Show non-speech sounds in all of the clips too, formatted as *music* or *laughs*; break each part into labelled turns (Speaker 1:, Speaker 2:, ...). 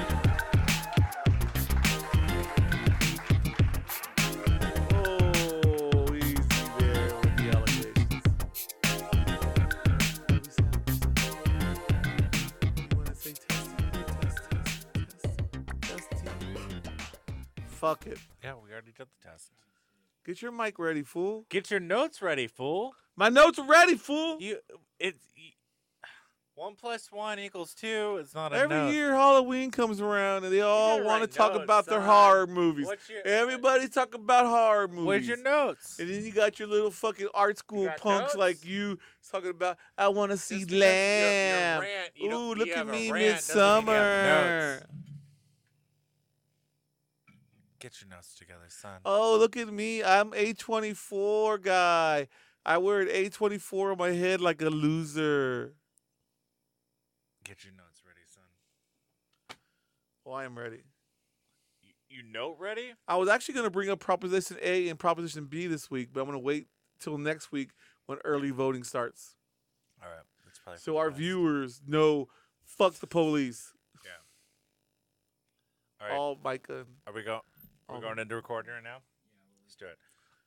Speaker 1: Oh, Fuck it.
Speaker 2: Yeah, we already did the test.
Speaker 1: Get your mic ready, fool.
Speaker 2: Get your notes ready, fool.
Speaker 1: My notes are ready, fool.
Speaker 2: You it. You, one plus one equals two. It's not a
Speaker 1: Every
Speaker 2: note.
Speaker 1: year Halloween comes around and they all
Speaker 2: gotta
Speaker 1: want
Speaker 2: write
Speaker 1: to talk
Speaker 2: notes,
Speaker 1: about their
Speaker 2: son.
Speaker 1: horror movies.
Speaker 2: What's your-
Speaker 1: Everybody talk about horror movies.
Speaker 2: Where's your notes?
Speaker 1: And then you got your little fucking art school
Speaker 2: got
Speaker 1: punks
Speaker 2: notes?
Speaker 1: like you talking about I want to
Speaker 2: Just
Speaker 1: see
Speaker 2: because you're- you're
Speaker 1: Lamb.
Speaker 2: rant, you don't-
Speaker 1: Ooh,
Speaker 2: you
Speaker 1: look at
Speaker 2: have a
Speaker 1: me,
Speaker 2: rant doesn't mean you have
Speaker 1: Midsummer.
Speaker 2: notes. Get your notes together, son.
Speaker 1: Oh, look at me. I'm A24 guy. I wear an A24 on my head like a loser.
Speaker 2: Get your notes ready, son.
Speaker 1: Oh, I am ready.
Speaker 2: You, you note ready?
Speaker 1: I was actually going to bring up Proposition A and Proposition B this week, but I'm going to wait till next week when early voting starts.
Speaker 2: All right, that's probably. for
Speaker 1: So
Speaker 2: the
Speaker 1: our
Speaker 2: best.
Speaker 1: viewers know fuck the police.
Speaker 2: All right,
Speaker 1: Oh, Micah.
Speaker 2: are we go? We're
Speaker 1: all-
Speaker 2: going into recording right now. Let's do it.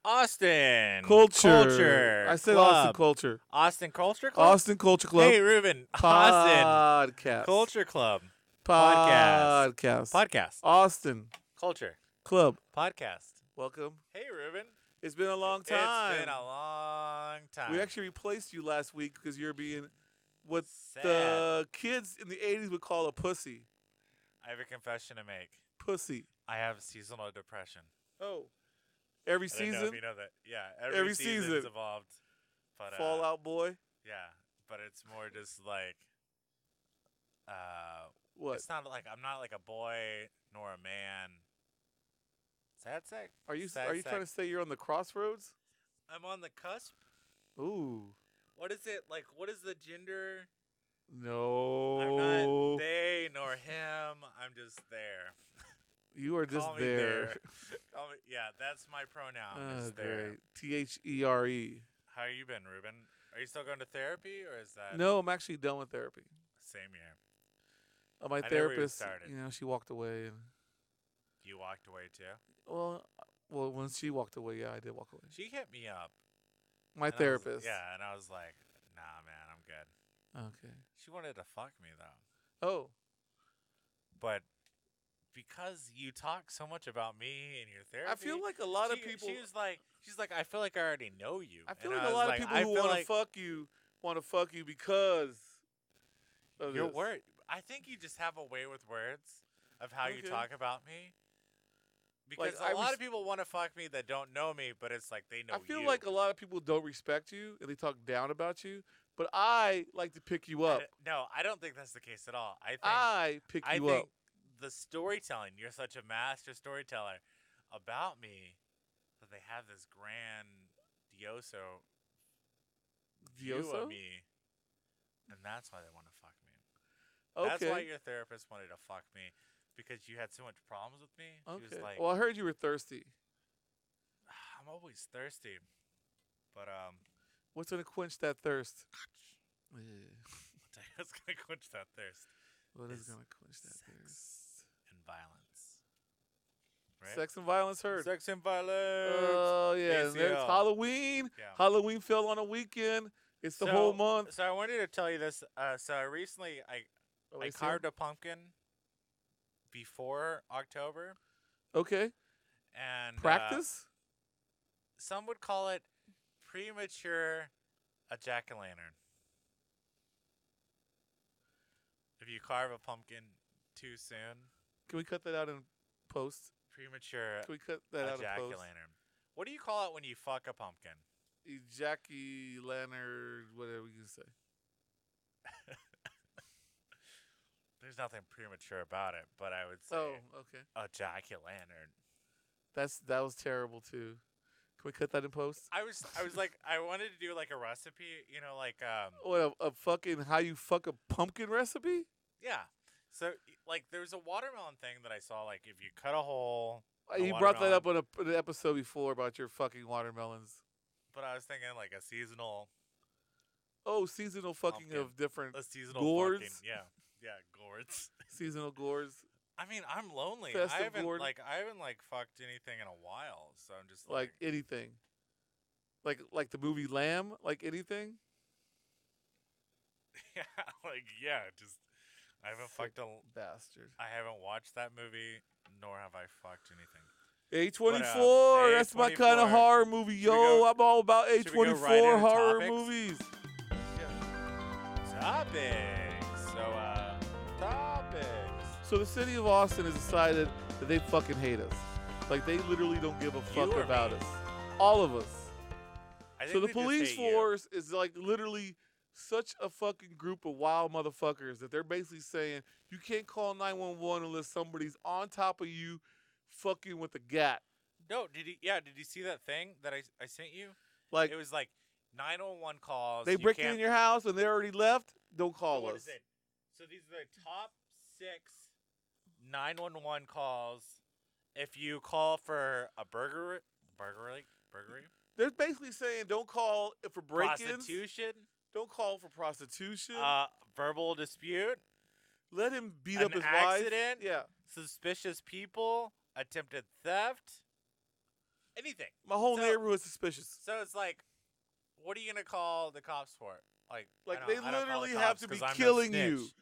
Speaker 2: Austin
Speaker 1: Culture.
Speaker 2: culture.
Speaker 1: I said
Speaker 2: Club.
Speaker 1: Austin Culture.
Speaker 2: Austin culture club.
Speaker 1: Austin Culture Club.
Speaker 2: Hey, Ruben. Austin
Speaker 1: podcast.
Speaker 2: culture club podcast.
Speaker 1: Podcast.
Speaker 2: podcast.
Speaker 1: Austin
Speaker 2: Culture
Speaker 1: Club.
Speaker 2: podcast.
Speaker 1: Welcome.
Speaker 2: Hey, Ruben.
Speaker 1: It's been a long time.
Speaker 2: It's been a long time.
Speaker 1: We actually replaced you last week because you're being what
Speaker 2: Sad.
Speaker 1: the kids in the 80s would call a pussy.
Speaker 2: I have a confession to make.
Speaker 1: Pussy.
Speaker 2: I have seasonal depression.
Speaker 1: Oh. Every
Speaker 2: I don't know
Speaker 1: season,
Speaker 2: if you know that. Yeah, every,
Speaker 1: Every
Speaker 2: season's
Speaker 1: season.
Speaker 2: evolved. But, uh,
Speaker 1: Fallout Boy.
Speaker 2: Yeah, but it's more just like, uh,
Speaker 1: What?
Speaker 2: it's not like I'm not like a boy nor a man. Sad sack.
Speaker 1: Are you
Speaker 2: sad
Speaker 1: are you
Speaker 2: sack.
Speaker 1: trying to say you're on the crossroads?
Speaker 2: I'm on the cusp.
Speaker 1: Ooh.
Speaker 2: What is it like? What is the gender?
Speaker 1: No.
Speaker 2: I'm not they nor him. I'm just there.
Speaker 1: you are just
Speaker 2: Call me
Speaker 1: there.
Speaker 2: Call me- yeah, that's my pronoun.
Speaker 1: Oh,
Speaker 2: is there.
Speaker 1: great. T H E R E.
Speaker 2: How you been, Ruben? Are you still going to therapy, or is that
Speaker 1: No, I'm actually done with therapy.
Speaker 2: same year?
Speaker 1: Uh, my
Speaker 2: I never even
Speaker 1: therapist,
Speaker 2: started.
Speaker 1: you know, she walked away, and
Speaker 2: You walked away too.
Speaker 1: well, well, when she walked away, yeah, I did walk away.
Speaker 2: She hit me up.
Speaker 1: My
Speaker 2: and I was-
Speaker 1: therapist.
Speaker 2: yeah, and I was like, Nah, man, I'm good.
Speaker 1: Okay.
Speaker 2: She wanted to fuck me though,
Speaker 1: Oh,
Speaker 2: but because you talk so much about me in your therapy,
Speaker 1: I feel like a lot of
Speaker 2: she-
Speaker 1: people.
Speaker 2: She was like, she's like, I feel like I already know you.
Speaker 1: I feel
Speaker 2: And
Speaker 1: like a
Speaker 2: was
Speaker 1: lot
Speaker 2: like,
Speaker 1: of people
Speaker 2: "I
Speaker 1: who
Speaker 2: feel
Speaker 1: want to
Speaker 2: like
Speaker 1: fuck you want to fuck you because of
Speaker 2: Your
Speaker 1: this.
Speaker 2: word. I think you just have a way with words of how
Speaker 1: Okay.
Speaker 2: you talk about me.
Speaker 1: Like,
Speaker 2: Because a
Speaker 1: I
Speaker 2: lot
Speaker 1: res-
Speaker 2: of people want to fuck me that don't know me, but it's like they know
Speaker 1: I feel
Speaker 2: you.
Speaker 1: like a lot of people don't respect you and they talk down about you, but I like to pick you
Speaker 2: I *laughs*
Speaker 1: up.
Speaker 2: d- no, I don't think that's the case at all. I think
Speaker 1: I pick
Speaker 2: I
Speaker 1: you
Speaker 2: think
Speaker 1: up.
Speaker 2: the storytelling. You're such a master storyteller about me that they have this grandioso view
Speaker 1: Dioso?
Speaker 2: of me, and that's why they want to fuck me.
Speaker 1: Okay.
Speaker 2: That's why your therapist wanted to fuck me because you had so much problems with me. She
Speaker 1: okay.
Speaker 2: was like, "Ah,
Speaker 1: well, I heard you were thirsty.
Speaker 2: I'm always thirsty. But um *laughs*
Speaker 1: What's gonna quench that thirst? Yeah.
Speaker 2: I'll tell you what's gonna quench that thirst.
Speaker 1: What is
Speaker 2: Is
Speaker 1: gonna quench that thirst?
Speaker 2: Sex and violence. Right?
Speaker 1: Sex and violence heard.
Speaker 2: Sex and violence.
Speaker 1: Oh yeah, and there's
Speaker 2: ACL.
Speaker 1: Halloween.
Speaker 2: Yeah.
Speaker 1: Halloween fell on a weekend. It's the whole
Speaker 2: So-
Speaker 1: month.
Speaker 2: So I wanted to tell you this. Uh, so recently I,
Speaker 1: Oh,
Speaker 2: I
Speaker 1: ACL?
Speaker 2: carved a pumpkin before October
Speaker 1: Okay.
Speaker 2: and uh,
Speaker 1: Practice.
Speaker 2: some would call it premature a jack o' lantern. If you carve a pumpkin too soon,
Speaker 1: Can we cut that out in post?
Speaker 2: premature
Speaker 1: Can we cut that
Speaker 2: a
Speaker 1: out in
Speaker 2: jack o'
Speaker 1: post?
Speaker 2: lantern. What do you call it when you fuck a pumpkin?
Speaker 1: Jackie Leonard, whatever you say.
Speaker 2: There's nothing premature about it, but I would say
Speaker 1: Oh, okay.
Speaker 2: a jack o' lantern.
Speaker 1: That's that was terrible too. Can we cut that in post?
Speaker 2: I was I was like I wanted to do like a recipe, you know, like um
Speaker 1: What a, a fucking how you fuck a pumpkin recipe?
Speaker 2: yeah. So like there was a watermelon thing that I saw like if you cut a hole
Speaker 1: Uh,
Speaker 2: A
Speaker 1: You brought that up on a, an episode before about your fucking watermelons.
Speaker 2: but I was thinking like a seasonal
Speaker 1: Oh, seasonal fucking
Speaker 2: Pumpkin.
Speaker 1: of different
Speaker 2: *laughs* a seasonal
Speaker 1: Gourds?
Speaker 2: fucking yeah. Yeah, gourds. *laughs*
Speaker 1: seasonal gourds,
Speaker 2: I mean, I'm lonely.
Speaker 1: Festive
Speaker 2: I haven't
Speaker 1: gourd.
Speaker 2: like I haven't like fucked anything in a while, so I'm just
Speaker 1: like
Speaker 2: like, *laughs*
Speaker 1: anything, like like the movie Lamb, like anything.
Speaker 2: yeah, like yeah, just I haven't
Speaker 1: Sick.
Speaker 2: fucked a
Speaker 1: Bastard.
Speaker 2: I haven't watched that movie, nor have I fucked anything.
Speaker 1: A24. That's my kind of
Speaker 2: A24.
Speaker 1: horror movie.
Speaker 2: um, Should we
Speaker 1: Yo,
Speaker 2: go-
Speaker 1: I'm all about
Speaker 2: should we go
Speaker 1: A24
Speaker 2: right into
Speaker 1: horror
Speaker 2: topics?
Speaker 1: movies.
Speaker 2: Topics. So, uh, topics.
Speaker 1: So the city of Austin has decided that they fucking hate us. Like they literally don't give a fuck
Speaker 2: or
Speaker 1: about
Speaker 2: me?
Speaker 1: us. All of us.
Speaker 2: I think
Speaker 1: So the
Speaker 2: we just
Speaker 1: police
Speaker 2: hate you.
Speaker 1: force is like literally such a fucking group of wild motherfuckers that they're basically saying you can't call 911 unless somebody's on top of you fucking with a gat.
Speaker 2: No, did you? Yeah, did you see that thing that I, I sent you?
Speaker 1: Like
Speaker 2: it was like 911 calls.
Speaker 1: they
Speaker 2: you
Speaker 1: break
Speaker 2: can't-
Speaker 1: in your house and they already left, don't
Speaker 2: So
Speaker 1: call
Speaker 2: what
Speaker 1: us.
Speaker 2: is it? So these are the top six 911 calls. If you call for a burger, burglary, burglary,
Speaker 1: They're basically saying don't call for break-ins,
Speaker 2: prostitution,
Speaker 1: don't call for prostitution.
Speaker 2: uh, verbal dispute,
Speaker 1: Let him beat
Speaker 2: an
Speaker 1: up his
Speaker 2: accident?
Speaker 1: wife. Yeah.
Speaker 2: suspicious people, attempted theft, anything.
Speaker 1: My whole
Speaker 2: So-
Speaker 1: neighborhood's suspicious.
Speaker 2: So it's like, what are you gonna call the cops for? Like, I
Speaker 1: Like
Speaker 2: don't-
Speaker 1: they
Speaker 2: I don't call the
Speaker 1: literally have
Speaker 2: cops
Speaker 1: to be
Speaker 2: 'cause I'm no
Speaker 1: killing you.
Speaker 2: snitch.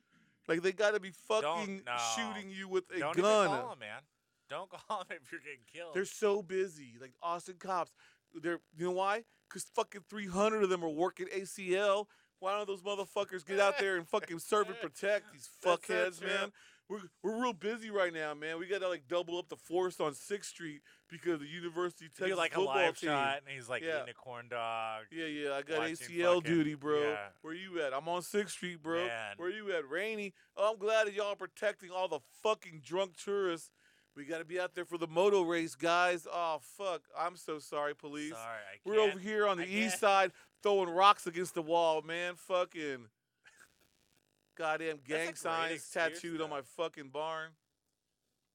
Speaker 1: Like they got to be fucking
Speaker 2: no.
Speaker 1: shooting you with a
Speaker 2: Don't
Speaker 1: gun.
Speaker 2: even call them, man. Don't *laughs* call them if you're getting killed.
Speaker 1: They're so busy. Like Austin cops. They're you know why? Cause fucking three hundred of them are working ACL. Why don't those motherfuckers get out there and fucking serve and protect these
Speaker 2: *laughs* That's so
Speaker 1: fuckheads,
Speaker 2: true.
Speaker 1: man? We're we're real busy right now, man. We gotta like double up the force on Sixth Street because the University of
Speaker 2: You do,
Speaker 1: Texas
Speaker 2: like a
Speaker 1: football
Speaker 2: live
Speaker 1: team.
Speaker 2: shot, and he's like
Speaker 1: Yeah.
Speaker 2: eating a corn dog.
Speaker 1: Yeah, yeah, I got
Speaker 2: watching
Speaker 1: ACL
Speaker 2: fucking-
Speaker 1: duty, bro.
Speaker 2: yeah.
Speaker 1: Where you at? I'm on Sixth Street, bro.
Speaker 2: Man.
Speaker 1: Where you at, Rainy? Oh, I'm glad that y'all are protecting all the fucking drunk tourists. We gotta be out there for the moto race, guys. Oh fuck, I'm so sorry, police.
Speaker 2: Sorry, I
Speaker 1: We're
Speaker 2: can't.
Speaker 1: over here on the
Speaker 2: I
Speaker 1: east
Speaker 2: can't.
Speaker 1: side throwing rocks against the wall, man. Fucking goddamn
Speaker 2: a
Speaker 1: gang
Speaker 2: great
Speaker 1: signs
Speaker 2: excuse,
Speaker 1: tattooed on
Speaker 2: though.
Speaker 1: my fucking barn.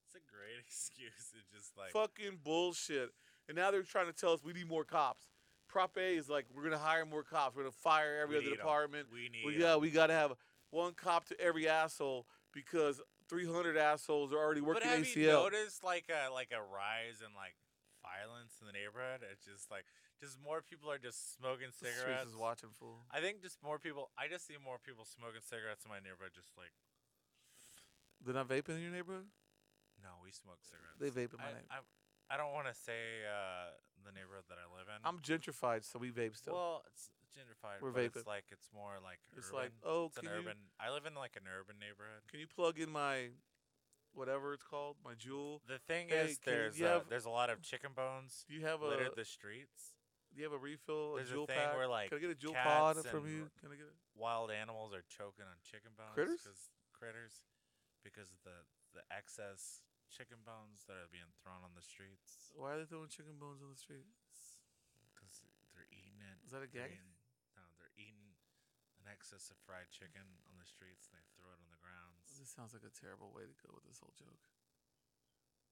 Speaker 2: It's a great *laughs* excuse. It's just like
Speaker 1: fucking bullshit. And now they're trying to tell us we need more cops. Prop A is like, we're gonna hire more cops. We're gonna fire every
Speaker 2: We
Speaker 1: other
Speaker 2: need 'em.
Speaker 1: department.
Speaker 2: we need.
Speaker 1: Well,
Speaker 2: 'em.
Speaker 1: yeah, we got to have one cop to every asshole because 300 assholes are already
Speaker 2: But
Speaker 1: working
Speaker 2: have you
Speaker 1: ACL.
Speaker 2: noticed like a like a rise in like violence in the neighborhood? It's just like just more people are just smoking
Speaker 1: The streets
Speaker 2: cigarettes.
Speaker 1: is watching fool.
Speaker 2: I think just more people. I just see more people smoking cigarettes in my neighborhood. Just like
Speaker 1: They're not vaping in your neighborhood?
Speaker 2: no, we smoke cigarettes.
Speaker 1: They vape in my
Speaker 2: I,
Speaker 1: neighborhood.
Speaker 2: I, I don't want to say uh, the neighborhood that I live in.
Speaker 1: I'm gentrified, so we vape still.
Speaker 2: well, it's gentrified.
Speaker 1: We're
Speaker 2: but It's
Speaker 1: vaping.
Speaker 2: like it's more like
Speaker 1: it's
Speaker 2: urban.
Speaker 1: like, oh,
Speaker 2: it's an
Speaker 1: can you,
Speaker 2: urban. I live in like an urban neighborhood.
Speaker 1: can you plug in my whatever it's called, my jewel?
Speaker 2: The thing
Speaker 1: Hey, can
Speaker 2: is,
Speaker 1: you-
Speaker 2: there's
Speaker 1: you
Speaker 2: uh,
Speaker 1: have-
Speaker 2: there's a lot of chicken bones
Speaker 1: Do you have a
Speaker 2: littered the streets.
Speaker 1: do you have a refill, a
Speaker 2: There's
Speaker 1: jewel
Speaker 2: a thing
Speaker 1: pack?
Speaker 2: where like
Speaker 1: Can I get a jewel
Speaker 2: cats
Speaker 1: pod from
Speaker 2: and
Speaker 1: you? Can I get it?
Speaker 2: wild animals are choking on chicken bones.
Speaker 1: Critters?
Speaker 2: 'cause- critters, because of the the excess chicken bones that are being thrown on the streets.
Speaker 1: Why are they throwing chicken bones on the street?
Speaker 2: Because they're eating it.
Speaker 1: Is that a
Speaker 2: they're
Speaker 1: gag?
Speaker 2: eating- no, they're eating an excess of fried chicken on the streets. And they throw it on the grounds.
Speaker 1: This sounds like a terrible way to go with this whole joke.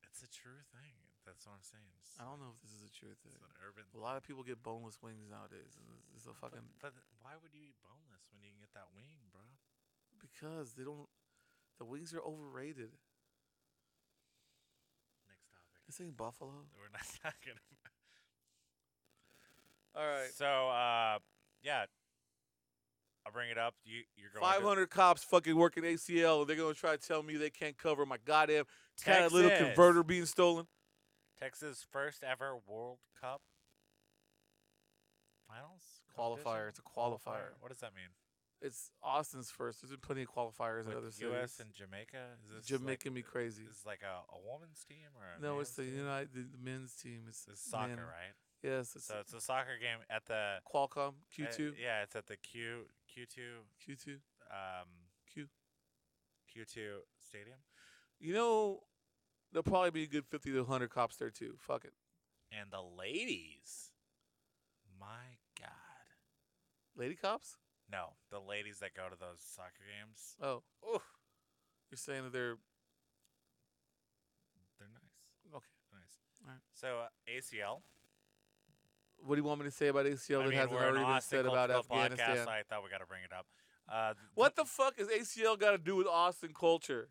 Speaker 2: It's a true thing. That's what I'm saying. It's
Speaker 1: I don't
Speaker 2: like-
Speaker 1: know if this is a true thing.
Speaker 2: It's an urban.
Speaker 1: A lot of people get boneless wings nowadays. It's- It's a fucking
Speaker 2: But, but why would you eat boneless when you can get that wing, bro?
Speaker 1: because they don't. The wings are overrated.
Speaker 2: Next topic.
Speaker 1: This ain't buffalo.
Speaker 2: *laughs* We're not talking about.
Speaker 1: All
Speaker 2: So, uh, yeah, I'll bring it up. You, you're going
Speaker 1: Five hundred cops fucking working ACL. They're gonna try to tell me they can't cover my goddamn
Speaker 2: to
Speaker 1: cat little
Speaker 2: Texas.
Speaker 1: converter being stolen.
Speaker 2: Texas first ever World Cup finals competition?
Speaker 1: Qualifier. It's a qualifier.
Speaker 2: What does that mean?
Speaker 1: It's Austin's first. There's been plenty of qualifiers in
Speaker 2: With
Speaker 1: other
Speaker 2: U.S.
Speaker 1: cities.
Speaker 2: and Jamaica. Is this
Speaker 1: Jam-
Speaker 2: like-
Speaker 1: making me crazy.
Speaker 2: Is this like a, a woman's team or a
Speaker 1: No, it's
Speaker 2: man's
Speaker 1: the
Speaker 2: team?
Speaker 1: United the men's team. It's
Speaker 2: It's soccer,
Speaker 1: men.
Speaker 2: right?
Speaker 1: Yes, it's
Speaker 2: So it's a soccer game at the
Speaker 1: Qualcomm Q
Speaker 2: uh,
Speaker 1: two
Speaker 2: yeah, it's at the Q Q two
Speaker 1: Q two
Speaker 2: um
Speaker 1: Q.
Speaker 2: Q two stadium,
Speaker 1: You know, there'll probably be a good fifty to hundred cops there too. Fuck it,
Speaker 2: and the ladies. My God,
Speaker 1: lady cops.
Speaker 2: no, the ladies that go to those soccer games,
Speaker 1: Oh,
Speaker 2: Oof.
Speaker 1: you're saying that they're
Speaker 2: they're nice.
Speaker 1: okay.
Speaker 2: Nice.
Speaker 1: Alright.
Speaker 2: So uh, ACL.
Speaker 1: What do you want me to say about ACL
Speaker 2: I
Speaker 1: that
Speaker 2: mean,
Speaker 1: hasn't
Speaker 2: we're an
Speaker 1: already been
Speaker 2: Austin
Speaker 1: said about
Speaker 2: cultural
Speaker 1: Afghanistan?
Speaker 2: Podcast, so I thought we got to bring it up. Uh, th-
Speaker 1: what the fuck is ACL got to do with Austin culture?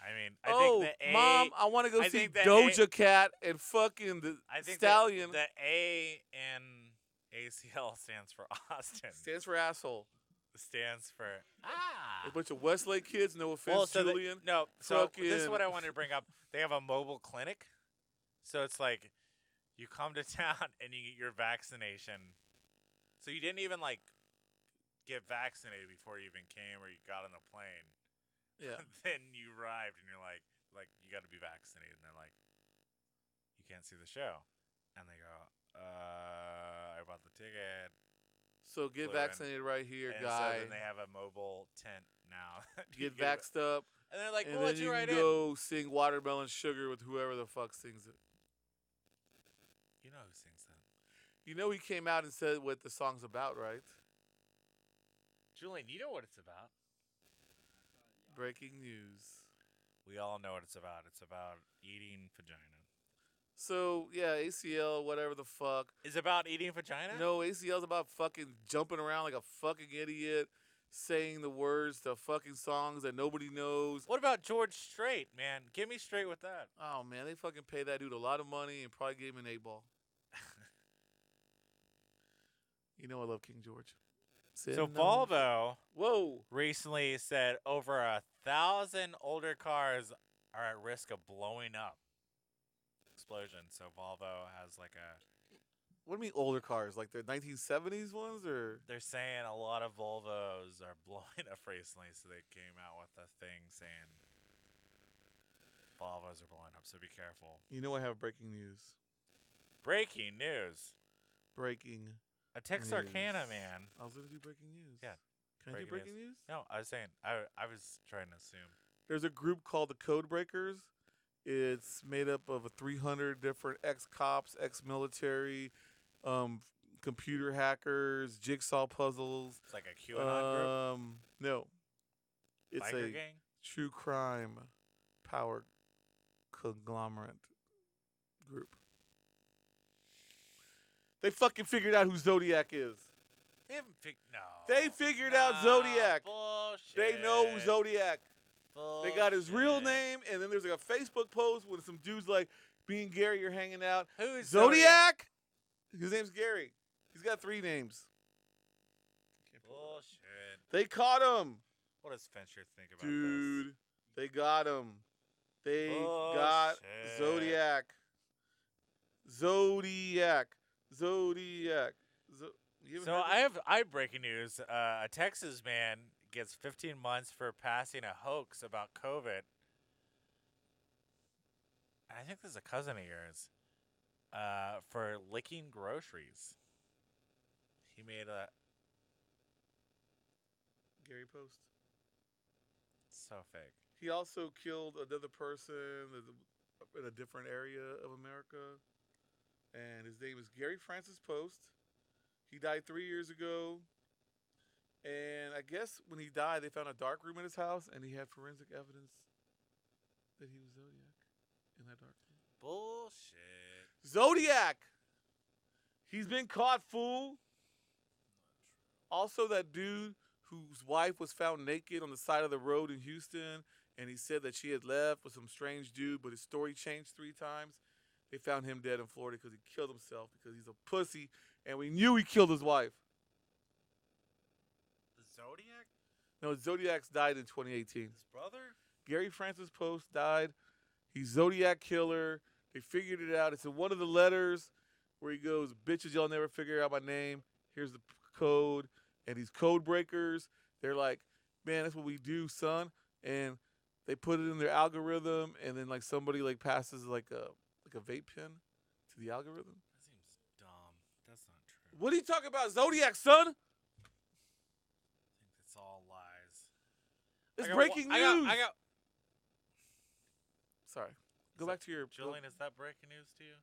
Speaker 2: I mean, I
Speaker 1: oh,
Speaker 2: think the A.
Speaker 1: mom, I want to go
Speaker 2: I
Speaker 1: see
Speaker 2: think the A-
Speaker 1: Doja Cat and fucking the
Speaker 2: I think the-
Speaker 1: Stallion.
Speaker 2: The, A in ACL stands for *laughs* Austin.
Speaker 1: stands for asshole.
Speaker 2: stands for
Speaker 1: A
Speaker 2: ah.
Speaker 1: bunch of Westlake kids. No offense,
Speaker 2: Well, so the-
Speaker 1: Julian.
Speaker 2: no, so this is what I
Speaker 1: fucking-
Speaker 2: wanted to bring up. They have a mobile clinic, So it's like you come to *laughs* town and you get your vaccination. So you didn't even like get vaccinated before you even came or you got on the plane.
Speaker 1: Yeah.
Speaker 2: *laughs* then you arrived and you're like, like you got to be vaccinated, and they're like, you can't see the show, and they go, uh, I bought the ticket.
Speaker 1: So get
Speaker 2: Flew in.
Speaker 1: vaccinated right here,
Speaker 2: and
Speaker 1: guy.
Speaker 2: so then they have a mobile tent now. *laughs* You
Speaker 1: get vaxxed up,
Speaker 2: and they're like,
Speaker 1: and
Speaker 2: we'll
Speaker 1: then
Speaker 2: let
Speaker 1: you
Speaker 2: you right
Speaker 1: can
Speaker 2: in.
Speaker 1: go sing Watermelon Sugar with whoever the fuck sings it.
Speaker 2: You know who sings that?
Speaker 1: You know he came out and said what the song's about, right?
Speaker 2: Julian, you know what it's about.
Speaker 1: Breaking news.
Speaker 2: We all know what it's about. It's about eating vagina.
Speaker 1: So yeah, ACL, whatever the fuck.
Speaker 2: Is it about eating vagina?
Speaker 1: No, ACL's about fucking jumping around like a fucking idiot, saying the words to fucking songs that nobody knows.
Speaker 2: What about George Strait, man? Give me straight with that.
Speaker 1: Oh man, they fucking pay that dude a lot of money and probably gave him an eight ball. *laughs* you know I love King George.
Speaker 2: so
Speaker 1: Sitting on-
Speaker 2: Volvo
Speaker 1: Whoa.
Speaker 2: recently said over a thousand older cars are at risk of blowing up. Explosion. So Volvo has like a.
Speaker 1: What do you mean older cars? Like the 1970s ones or?
Speaker 2: They're saying a lot of Volvos are *laughs* blowing up recently, so they came out with a thing saying Volvos are blowing up. So be careful.
Speaker 1: You know I have breaking news.
Speaker 2: Breaking news:
Speaker 1: Breaking.
Speaker 2: A Texarkana
Speaker 1: News.
Speaker 2: man.
Speaker 1: I was gonna do breaking news.
Speaker 2: Yeah.
Speaker 1: Can I do
Speaker 2: Breaking
Speaker 1: breaking news?
Speaker 2: No, I was saying I I was trying to assume.
Speaker 1: There's a group called the Code Breakers. It's made up of 300 different ex-cops, ex-military, um, computer hackers, jigsaw puzzles.
Speaker 2: It's like a QAnon group,
Speaker 1: Um, no. It's
Speaker 2: biker
Speaker 1: a
Speaker 2: gang.
Speaker 1: true crime power conglomerate group. They fucking figured out who Zodiac is.
Speaker 2: They haven't figured. No.
Speaker 1: They figured out Zodiac.
Speaker 2: Ah,
Speaker 1: They
Speaker 2: Bullshit.
Speaker 1: know who Zodiac. They got his real
Speaker 2: Bullshit.
Speaker 1: name, and then there's like a Facebook post with some dudes like, "Me and Gary are hanging out."
Speaker 2: Who is
Speaker 1: Zodiac. His name's Gary. He's got three names.
Speaker 2: Bullshit.
Speaker 1: They caught him,
Speaker 2: What does Fincher think about
Speaker 1: dude. They got him. They
Speaker 2: this?
Speaker 1: got
Speaker 2: Bullshit.
Speaker 1: Zodiac. Zodiac. Zodiac. Zo- you haven't
Speaker 2: So
Speaker 1: heard
Speaker 2: I
Speaker 1: this?
Speaker 2: have I have breaking news. Uh, a Texas man gets 15 months for passing a hoax about COVID. I think this is a cousin of yours. Uh, for licking groceries. He made a
Speaker 1: Gary post.
Speaker 2: so fake.
Speaker 1: He also killed another person that- in a different area of America, and his name is Gary Francis Post. He died three years ago, and I guess when he died, they found a dark room in his house, and he had forensic evidence that he was Zodiac in that dark room.
Speaker 2: Bullshit.
Speaker 1: Zodiac. He's been caught, fool. Also, that dude whose wife was found naked on the side of the road in Houston, and he said that she had left with some strange dude, but his story changed three times. They found him dead in Florida because he killed himself because he's a pussy, and we knew he killed his wife.
Speaker 2: The Zodiac?
Speaker 1: No, Zodiac's died in 2018.
Speaker 2: His brother?
Speaker 1: Gary Francis Post died. He's Zodiac killer. They figured it out. It's in one of the letters where he goes, "Bitches, y'all never figure out my name. Here's the p- code." And these code breakers, they're like, "Man, that's what we do, son." And they put it in their algorithm, and then like somebody like passes like a like a vape pen to the algorithm.
Speaker 2: That seems dumb. That's not true.
Speaker 1: What are you talking about, Zodiac, son?
Speaker 2: I think it's all lies.
Speaker 1: It's
Speaker 2: I got wa-
Speaker 1: breaking
Speaker 2: I
Speaker 1: news.
Speaker 2: got- I got-
Speaker 1: Sorry, go
Speaker 2: Is
Speaker 1: back
Speaker 2: that-
Speaker 1: to your
Speaker 2: Julian, is that breaking news to you?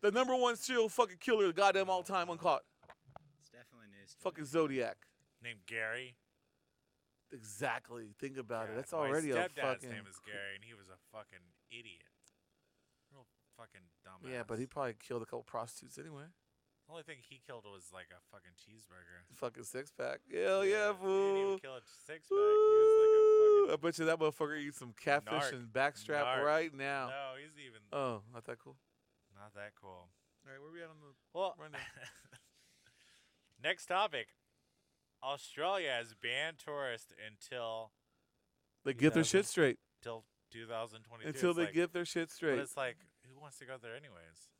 Speaker 1: The number one serial fucking killer, of goddamn all time, uncaught.
Speaker 3: It's definitely news. to
Speaker 1: Fucking
Speaker 3: me.
Speaker 1: Zodiac.
Speaker 2: Named Gary.
Speaker 1: Exactly. Think about
Speaker 2: God,
Speaker 1: it. That's
Speaker 2: my
Speaker 1: already a
Speaker 2: stepdad's
Speaker 1: fucking.
Speaker 2: name is Gary, and he was a fucking idiot. Real fucking dumbass.
Speaker 1: yeah, but he probably killed a couple prostitutes anyway. *laughs*
Speaker 2: The only thing he killed was like a fucking cheeseburger.
Speaker 1: Fucking six pack. Hell yeah,
Speaker 2: He didn't even
Speaker 1: fool.
Speaker 2: kill a six pack. He was
Speaker 1: Woo!
Speaker 2: like
Speaker 1: I
Speaker 2: a fucking.
Speaker 1: bet you that motherfucker eats some catfish
Speaker 2: narc.
Speaker 1: and backstrap
Speaker 2: Narc.
Speaker 1: right now.
Speaker 2: No, he's even
Speaker 1: Oh, not that cool.
Speaker 2: not that cool.
Speaker 1: All right, where we at on the?
Speaker 2: Well,
Speaker 1: Rundown.
Speaker 2: *laughs* next topic. Australia has banned tourists until
Speaker 1: They get their shit
Speaker 2: 2000.
Speaker 1: straight
Speaker 2: till 2022.
Speaker 1: until
Speaker 2: It's
Speaker 1: they
Speaker 2: like-
Speaker 1: get their shit
Speaker 2: But
Speaker 1: straight.
Speaker 2: it's like, who wants to go there anyways?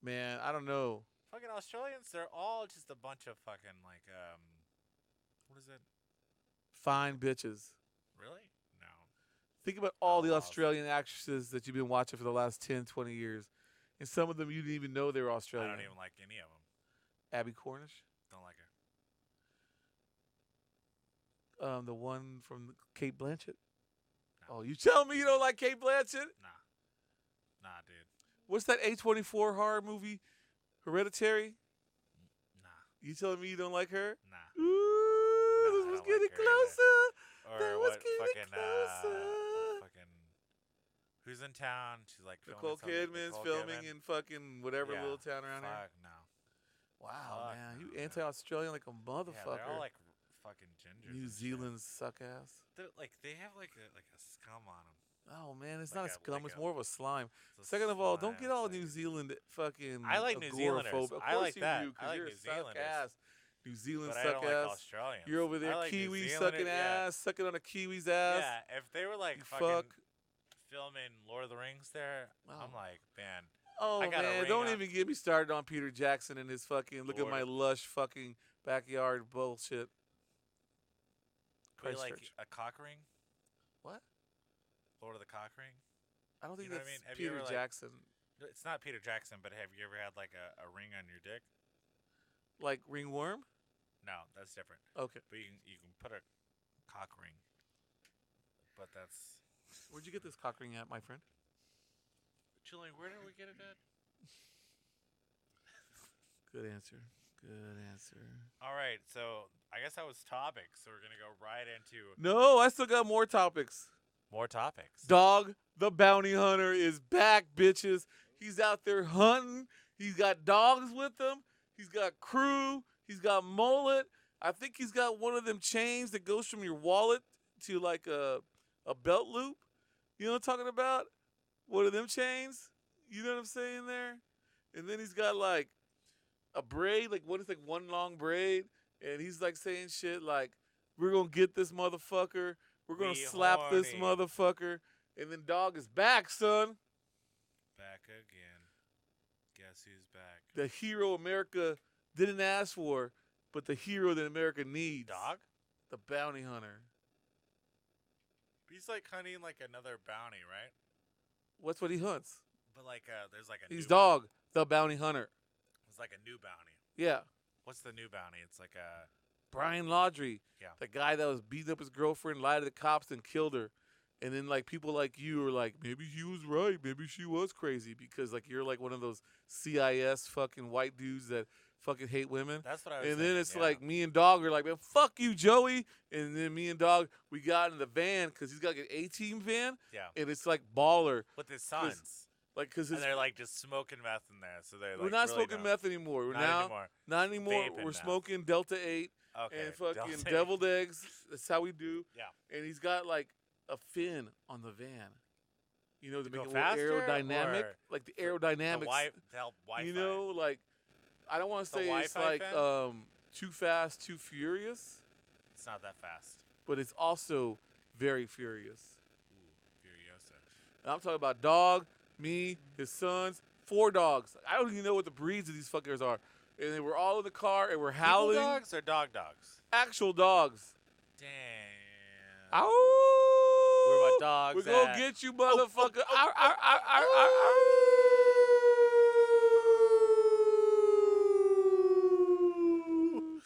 Speaker 1: Man, I don't know.
Speaker 2: Fucking Australians, they're all just a bunch of fucking like um, what is it?
Speaker 1: Fine bitches.
Speaker 2: Really? No.
Speaker 1: Think about all the
Speaker 2: Oh, wow.
Speaker 1: Australian actresses that you've been watching for the last 10, 20 years. And some of them you didn't even know they were Australian.
Speaker 2: I don't even like any of them.
Speaker 1: Abby Cornish,
Speaker 2: Don't like her.
Speaker 1: um, the one from Kate Blanchett.
Speaker 2: No.
Speaker 1: Oh, you tell me you don't like Kate Blanchett?
Speaker 2: Nah. Nah, dude.
Speaker 1: What's that A24 horror movie? Hereditary?
Speaker 2: Nah.
Speaker 1: You telling me you don't like her? Ooh, this
Speaker 2: Nah. I
Speaker 1: was
Speaker 2: don't
Speaker 1: getting
Speaker 2: like her either.
Speaker 1: closer.
Speaker 2: Or
Speaker 1: That was
Speaker 2: what
Speaker 1: getting
Speaker 2: fucking uh
Speaker 1: closer.
Speaker 2: fucking Who's in town? She's like filming
Speaker 1: Nicole
Speaker 2: something.
Speaker 1: Kidman's
Speaker 2: Nicole
Speaker 1: filming
Speaker 2: Kidman.
Speaker 1: in fucking whatever
Speaker 2: Yeah,
Speaker 1: little town around here.
Speaker 2: Fuck no.
Speaker 1: Wow,
Speaker 2: Fuck
Speaker 1: man,
Speaker 2: no,
Speaker 1: you
Speaker 2: no.
Speaker 1: anti-Australian like a
Speaker 2: Yeah, they're
Speaker 1: motherfucker.
Speaker 2: all like r- fucking gingers.
Speaker 1: New
Speaker 2: and shit.
Speaker 1: Zealand suck ass.
Speaker 2: They're, like they have like a, like a scum on them.
Speaker 1: Oh man, it's not
Speaker 2: Like
Speaker 1: a
Speaker 2: a-
Speaker 1: scum.
Speaker 2: like
Speaker 1: it's
Speaker 2: a-
Speaker 1: more of a slime. Second of all, don't get all New Zealand fucking.
Speaker 2: I like New Zealanders.
Speaker 1: agoraphobe. Of
Speaker 2: I
Speaker 1: course
Speaker 2: like
Speaker 1: you
Speaker 2: that.
Speaker 1: do, 'cause
Speaker 2: I like
Speaker 1: you're
Speaker 2: New
Speaker 1: a suck
Speaker 2: Zealanders.
Speaker 1: ass. New Zealand
Speaker 2: But I
Speaker 1: suck
Speaker 2: don't like
Speaker 1: ass.
Speaker 2: Australians.
Speaker 1: You're over
Speaker 2: I
Speaker 1: there,
Speaker 2: like New
Speaker 1: Kiwi
Speaker 2: Zealander-
Speaker 1: sucking
Speaker 2: yeah.
Speaker 1: ass, sucking on a Kiwi's ass.
Speaker 2: Yeah, if they were like
Speaker 1: you
Speaker 2: fucking
Speaker 1: fuck.
Speaker 2: filming Lord of the Rings there,
Speaker 1: Oh.
Speaker 2: I'm like, man,
Speaker 1: Oh
Speaker 2: I got a
Speaker 1: man,
Speaker 2: ring
Speaker 1: don't
Speaker 2: on-
Speaker 1: even get me started on Peter Jackson and his fucking look at
Speaker 2: Lord.
Speaker 1: my lush fucking backyard bullshit.
Speaker 2: be like
Speaker 1: Christchurch.
Speaker 2: a cock ring.
Speaker 1: What?
Speaker 2: Lord of the Cock Ring?
Speaker 1: I don't
Speaker 2: You
Speaker 1: think
Speaker 2: know what I
Speaker 1: that's
Speaker 2: mean? Have you
Speaker 1: Peter
Speaker 2: ever, like-
Speaker 1: Jackson.
Speaker 2: No, It's not Peter Jackson, but have you ever had like a, a ring on your dick?
Speaker 1: Like ringworm?
Speaker 2: No, that's different.
Speaker 1: Okay.
Speaker 2: But you can you can put a cock ring. But that's
Speaker 1: Where'd you get this cock ring at, my friend?
Speaker 2: Julian, where did we get it at?
Speaker 1: Good answer. Good answer.
Speaker 2: All right, so I guess that was topics. So we're gonna go right into
Speaker 1: No, I still got more topics.
Speaker 2: more topics.
Speaker 1: Dog the bounty hunter is back, bitches. He's out there hunting. He's got dogs with him. He's got crew. He's got mullet. I think he's got one of them chains that goes from your wallet to like a a belt loop. You know what I'm talking about? One of them chains. You know what I'm saying there? And then he's got like a braid, like what is like one long braid, and he's like saying shit like, "We're gonna get this motherfucker. We're gonna
Speaker 2: We
Speaker 1: slap this
Speaker 2: horny."
Speaker 1: motherfucker." And then dog is back, son.
Speaker 2: Back again. Guess who's back?
Speaker 1: The hero America didn't ask for, but the hero that America needs.
Speaker 2: Dog?
Speaker 1: the bounty hunter.
Speaker 2: He's like hunting like another bounty, right?
Speaker 1: What's what he hunts?
Speaker 2: But like uh there's like a
Speaker 1: He's
Speaker 2: new
Speaker 1: dog, the bounty hunter.
Speaker 2: It's like a new bounty.
Speaker 1: Yeah,
Speaker 2: What's the new bounty? It's like uh, a
Speaker 1: Brian Laundrie,
Speaker 2: Yeah.
Speaker 1: the guy that was beating up his girlfriend, lied to the cops, and killed her. And then like people like you are like, maybe he was right, maybe she was crazy because like you're like one of those CIS fucking white dudes that fucking hate women.
Speaker 2: that's what I was
Speaker 1: And then
Speaker 2: thinking,
Speaker 1: it's
Speaker 2: yeah.
Speaker 1: like me and Dog are like, man, fuck you, Joey. And then me and Dog, we got in the van because he's got like an A team van,
Speaker 2: Yeah.
Speaker 1: and it's like baller,
Speaker 2: With his sons.
Speaker 1: like because
Speaker 2: and they're like just smoking meth in there. So they're like,
Speaker 1: we're not
Speaker 2: really
Speaker 1: smoking
Speaker 2: don't-
Speaker 1: meth anymore. We're
Speaker 2: Not
Speaker 1: now
Speaker 2: anymore.
Speaker 1: not anymore.
Speaker 2: Vaping
Speaker 1: We're
Speaker 2: meth.
Speaker 1: smoking Delta Eight
Speaker 2: Okay.
Speaker 1: and fucking
Speaker 2: Delta-
Speaker 1: deviled eggs. That's how we do.
Speaker 2: Yeah.
Speaker 1: And he's got like a fin on the van, you know, to,
Speaker 2: To
Speaker 1: make
Speaker 2: go
Speaker 1: it more
Speaker 2: faster,
Speaker 1: aerodynamic,
Speaker 2: or
Speaker 1: like the
Speaker 2: the The
Speaker 1: aerodynamics.
Speaker 2: wi- to help Wi-Fi.
Speaker 1: you know, like I don't want to
Speaker 2: The
Speaker 1: say it's
Speaker 2: Wi-Fi
Speaker 1: like
Speaker 2: fan?
Speaker 1: um, too fast, too furious,
Speaker 2: it's not that fast.
Speaker 1: but it's also very furious.
Speaker 2: Ooh, Furiosa.
Speaker 1: And I'm talking about dog, me, his sons, four dogs. I don't even know what the breeds of these fuckers are. And they were all in the car and we're howling.
Speaker 2: People dogs or dog dogs?
Speaker 1: Actual dogs.
Speaker 2: Damn.
Speaker 1: Ow!
Speaker 2: Where my dogs
Speaker 1: We're gonna
Speaker 2: at?
Speaker 1: get you, motherfucker. Ow, ow, ow, ow, ow, ow.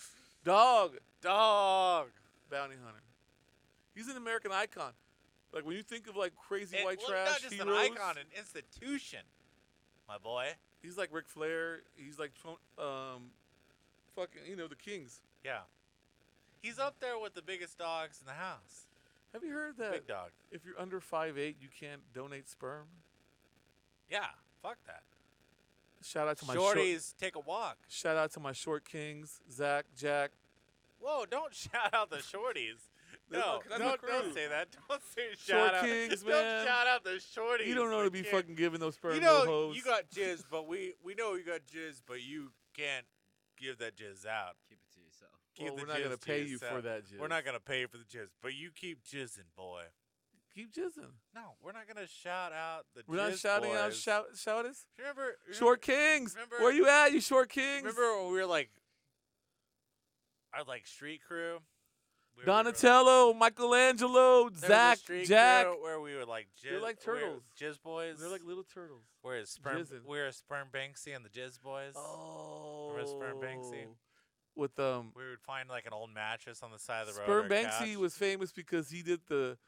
Speaker 1: Dog.
Speaker 2: dog.
Speaker 1: Bounty hunter. He's an American icon. Like when you think of like crazy
Speaker 2: It-
Speaker 1: white
Speaker 2: Eh, well,
Speaker 1: trash
Speaker 2: not just
Speaker 1: heroes,
Speaker 2: an icon, an institution. My boy.
Speaker 1: he's like Ric Flair. He's like Trump, um, fucking you know the Kings.
Speaker 2: Yeah. He's up there with the biggest dogs in the house.
Speaker 1: Have you heard that
Speaker 2: Big dog.
Speaker 1: if you're under 5'8", you can't donate sperm?
Speaker 2: Yeah. Fuck that.
Speaker 1: Shout out to my short-
Speaker 2: Shorties take a walk.
Speaker 1: Shout out to my short kings, Zach, Jack.
Speaker 2: Whoa, don't *laughs* shout out the shorties.
Speaker 1: *laughs* They're
Speaker 2: No,
Speaker 1: fucking- that's my
Speaker 2: don't,
Speaker 1: crew.
Speaker 2: don't say that. *laughs* Don't say
Speaker 1: Short
Speaker 2: shout out.
Speaker 1: kings, man.
Speaker 2: *laughs* Don't shout out the shorties.
Speaker 1: You don't know
Speaker 2: I
Speaker 1: to be
Speaker 2: can't-
Speaker 1: fucking giving those sperm
Speaker 2: You
Speaker 1: no
Speaker 2: know,
Speaker 1: hoes.
Speaker 2: you got jizz, but we we know you got jizz, but you can't give that jizz out.
Speaker 3: Keep it to yourself.
Speaker 2: Keep
Speaker 1: well,
Speaker 2: the
Speaker 1: we're not gonna
Speaker 2: jizz to
Speaker 1: pay you
Speaker 2: yourself.
Speaker 1: for that. Jizz.
Speaker 2: We're not gonna pay for the jizz, but you keep jizzing, boy.
Speaker 1: Keep jizzing.
Speaker 2: No, we're not gonna shout out the.
Speaker 1: We're not
Speaker 2: Jizz
Speaker 1: shouting out
Speaker 2: Boys.
Speaker 1: shout shout us.
Speaker 2: Remember, remember,
Speaker 1: Short Kings.
Speaker 2: remember-
Speaker 1: Where you at, you short kings?
Speaker 2: Remember when we were like, our like street crew. We were-
Speaker 1: Donatello, Michelangelo,
Speaker 2: there was a
Speaker 1: Zach,
Speaker 2: street
Speaker 1: Jack.
Speaker 2: crew where we were like jizz,
Speaker 1: They're like
Speaker 2: we were
Speaker 1: turtles.
Speaker 2: jizz boys.
Speaker 1: They're like little turtles.
Speaker 2: we're a sperm.
Speaker 1: jizzing.
Speaker 2: We're a sperm Banksy and the jizz boys.
Speaker 1: Oh.
Speaker 2: Sperm Banksy?
Speaker 1: With um
Speaker 2: We would find like an old mattress on the side of the road. or
Speaker 1: Sperm
Speaker 2: a
Speaker 1: Banksy
Speaker 2: couch.
Speaker 1: was famous because he did the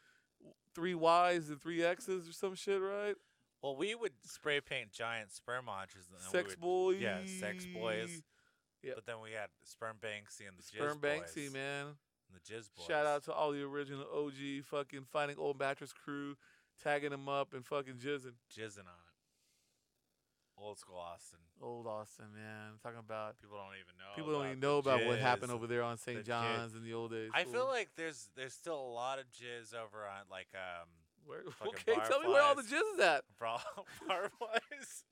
Speaker 1: three Y's and three X's or some shit, right?
Speaker 2: Well, we would spray paint giant sperm monsters. And then we
Speaker 1: sex
Speaker 2: would-
Speaker 1: boy.
Speaker 2: yeah, sex boys.
Speaker 1: Yep.
Speaker 2: But then we had sperm Banksy and the
Speaker 1: Sperm
Speaker 2: jizz
Speaker 1: Banksy,
Speaker 2: boys,
Speaker 1: man.
Speaker 2: And the jizz boys.
Speaker 1: Shout out to all the original OG fucking finding old mattress crew, tagging them up and fucking jizzing.
Speaker 2: jizzing on it. Old school Austin.
Speaker 1: Old Austin, man. I'm talking about
Speaker 2: People don't even know.
Speaker 1: people don't even
Speaker 2: the
Speaker 1: know about what
Speaker 2: jizz
Speaker 1: happened
Speaker 2: and-
Speaker 1: over there on St.
Speaker 2: the jizz.
Speaker 1: John's in the old days.
Speaker 2: I feel
Speaker 1: fool.
Speaker 2: like there's there's still a lot of jizz over on like um
Speaker 1: Where, *laughs*
Speaker 2: fucking
Speaker 1: okay, tell me where all the
Speaker 2: fireflies.
Speaker 1: jizz is at.
Speaker 2: *laughs* bra fireflies.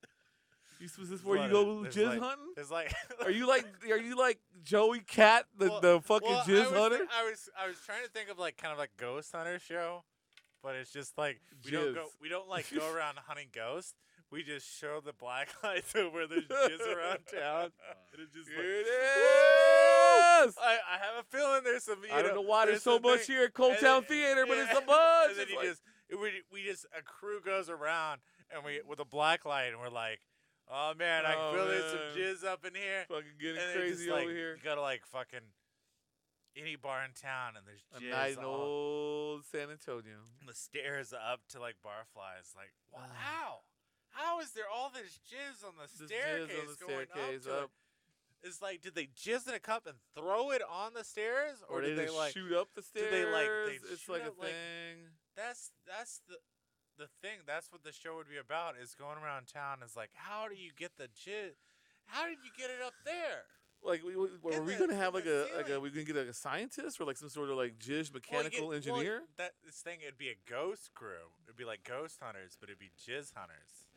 Speaker 1: You, is this
Speaker 2: There's
Speaker 1: where
Speaker 2: a
Speaker 1: you
Speaker 2: lot of-
Speaker 1: go
Speaker 2: there's
Speaker 1: jizz
Speaker 2: like-
Speaker 1: hunting?
Speaker 2: There's like
Speaker 1: Are
Speaker 2: *laughs*
Speaker 1: you like are you like Joey Cat, the,
Speaker 2: Well-
Speaker 1: the fucking
Speaker 2: well, I
Speaker 1: jizz
Speaker 2: was thi-
Speaker 1: hunter?
Speaker 2: I was I was trying to think of like kind of like ghost hunter show, but it's just like we don't go
Speaker 1: Jizz.
Speaker 2: we don't like
Speaker 1: *laughs*
Speaker 2: go around hunting ghosts. We just show the black *laughs* lights of where there's jizz
Speaker 1: *laughs*
Speaker 2: around town. And it's just
Speaker 1: Here
Speaker 2: like,
Speaker 1: it is.
Speaker 2: I, I have a feeling there's some. You
Speaker 1: I don't know why there's so
Speaker 2: some
Speaker 1: much
Speaker 2: thing-
Speaker 1: here at Cold
Speaker 2: and
Speaker 1: Town
Speaker 2: then-
Speaker 1: Theater, but
Speaker 2: *laughs* yeah,
Speaker 1: it's a bunch.
Speaker 2: And then
Speaker 1: It's
Speaker 2: you
Speaker 1: like-
Speaker 2: just it- we we just a crew goes around and we with a black light and we're like, oh man, I
Speaker 1: Oh,
Speaker 2: can feel there's some
Speaker 1: man.
Speaker 2: jizz up in here.
Speaker 1: fucking getting
Speaker 2: And they just,
Speaker 1: crazy
Speaker 2: like,
Speaker 1: over here.
Speaker 2: You go to like fucking any bar in town and there's
Speaker 1: A
Speaker 2: jizz
Speaker 1: night in
Speaker 2: all
Speaker 1: old San Antonio.
Speaker 2: on the stairs up to like barflies.
Speaker 1: *sighs*
Speaker 2: Like wow,
Speaker 1: Ah.
Speaker 2: how how is there all this jizz on the
Speaker 1: Just
Speaker 2: staircase
Speaker 1: jizz on the
Speaker 2: going
Speaker 1: staircase
Speaker 2: up? to it?
Speaker 1: up,
Speaker 2: It's like did they jizz in a cup and throw it on the stairs, or,
Speaker 1: or,
Speaker 2: did
Speaker 1: they,
Speaker 2: they
Speaker 1: just
Speaker 2: like
Speaker 1: shoot up the stairs.
Speaker 2: they, like, they
Speaker 1: it's
Speaker 2: shoot
Speaker 1: like a
Speaker 2: up, like-
Speaker 1: thing.
Speaker 2: that's that's the the thing that's what the show would be about is going around town is like how do you get the jizz how did you get it up there
Speaker 1: Like, we, we, were
Speaker 2: in
Speaker 1: we
Speaker 2: the-
Speaker 1: gonna have like
Speaker 2: in the
Speaker 1: a like a
Speaker 2: ceiling.
Speaker 1: we gonna get like a scientist or like some sort of like jizz
Speaker 2: Well, you
Speaker 1: mechanical
Speaker 2: get- well,
Speaker 1: engineer?
Speaker 2: that this thing it'd be a ghost crew it'd be like ghost hunters but it'd be jizz hunters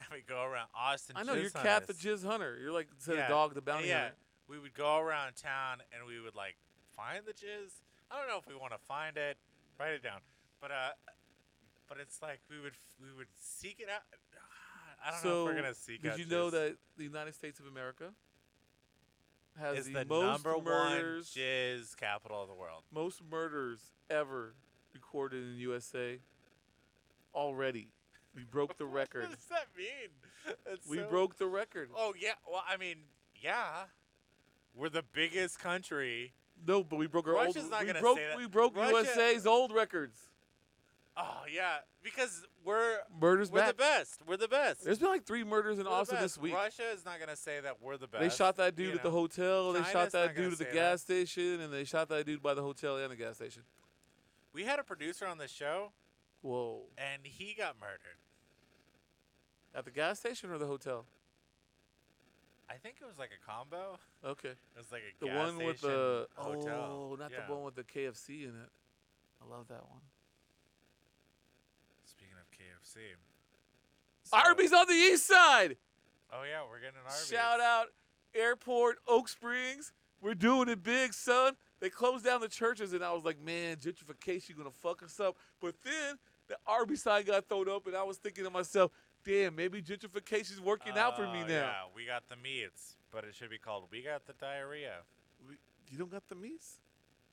Speaker 2: *laughs* and we go around austin
Speaker 1: I know
Speaker 2: jizz
Speaker 1: you're cat the
Speaker 2: hunters.
Speaker 1: jizz hunter. You're like instead
Speaker 2: Yeah,
Speaker 1: of dog the bounty
Speaker 2: yeah
Speaker 1: hunter.
Speaker 2: we would go around town and we would like find the jizz i don't know if we want to find it write it down but uh but it's like we would we would seek it out *sighs* I don't know if
Speaker 1: So,
Speaker 2: we're gonna seek
Speaker 1: Did
Speaker 2: out
Speaker 1: you know
Speaker 2: jizz.
Speaker 1: that the United States of America has
Speaker 2: is
Speaker 1: the,
Speaker 2: the,
Speaker 1: most
Speaker 2: number
Speaker 1: murders
Speaker 2: one jizz capital of the world.
Speaker 1: most murders ever recorded in USA already. We broke the record.
Speaker 2: *laughs* What does that mean? That's
Speaker 1: We
Speaker 2: so-
Speaker 1: broke the record.
Speaker 2: Oh yeah. Well, I mean, yeah. We're the biggest country.
Speaker 1: No, but we broke our
Speaker 2: Russia's
Speaker 1: old.
Speaker 2: not
Speaker 1: we
Speaker 2: gonna
Speaker 1: broke.
Speaker 2: say that.
Speaker 1: We broke
Speaker 2: Russia-
Speaker 1: USA's old records.
Speaker 2: Oh yeah, because we're
Speaker 1: Murders
Speaker 2: we're
Speaker 1: back.
Speaker 2: the best. We're the best.
Speaker 1: There's been like three murders in
Speaker 2: We're the
Speaker 1: Austin this
Speaker 2: best.
Speaker 1: week.
Speaker 2: Russia is not gonna say that we're the best.
Speaker 1: They shot that
Speaker 2: you
Speaker 1: dude at the
Speaker 2: know.
Speaker 1: hotel. They shot
Speaker 2: China's
Speaker 1: that
Speaker 2: not gonna
Speaker 1: dude at the
Speaker 2: say
Speaker 1: gas
Speaker 2: that.
Speaker 1: station, and they shot that dude by the hotel and the gas station.
Speaker 2: We had a producer on the show,
Speaker 1: Whoa!
Speaker 2: and he got murdered.
Speaker 1: At the gas station or the hotel?
Speaker 2: I think it was like a combo.
Speaker 1: Okay.
Speaker 2: It was like a
Speaker 1: The
Speaker 2: gas
Speaker 1: one with
Speaker 2: station
Speaker 1: the
Speaker 2: hotel.
Speaker 1: oh, not
Speaker 2: Yeah.
Speaker 1: the one with the KFC in it. I love that one.
Speaker 2: Speaking of KFC, so-
Speaker 1: Arby's on the east side.
Speaker 2: Oh yeah, we're getting an Arby's.
Speaker 1: Shout out Airport Oak Springs. We're doing it big, son. They closed down the churches, and I was like, man, gentrification gonna fuck us up. But then the Arby side got thrown up, and I was thinking to myself, damn, maybe gentrification's working out for me now.
Speaker 2: Oh, Yeah, we got the meats, but it should be called we got the diarrhea.
Speaker 1: We- You don't got the meats.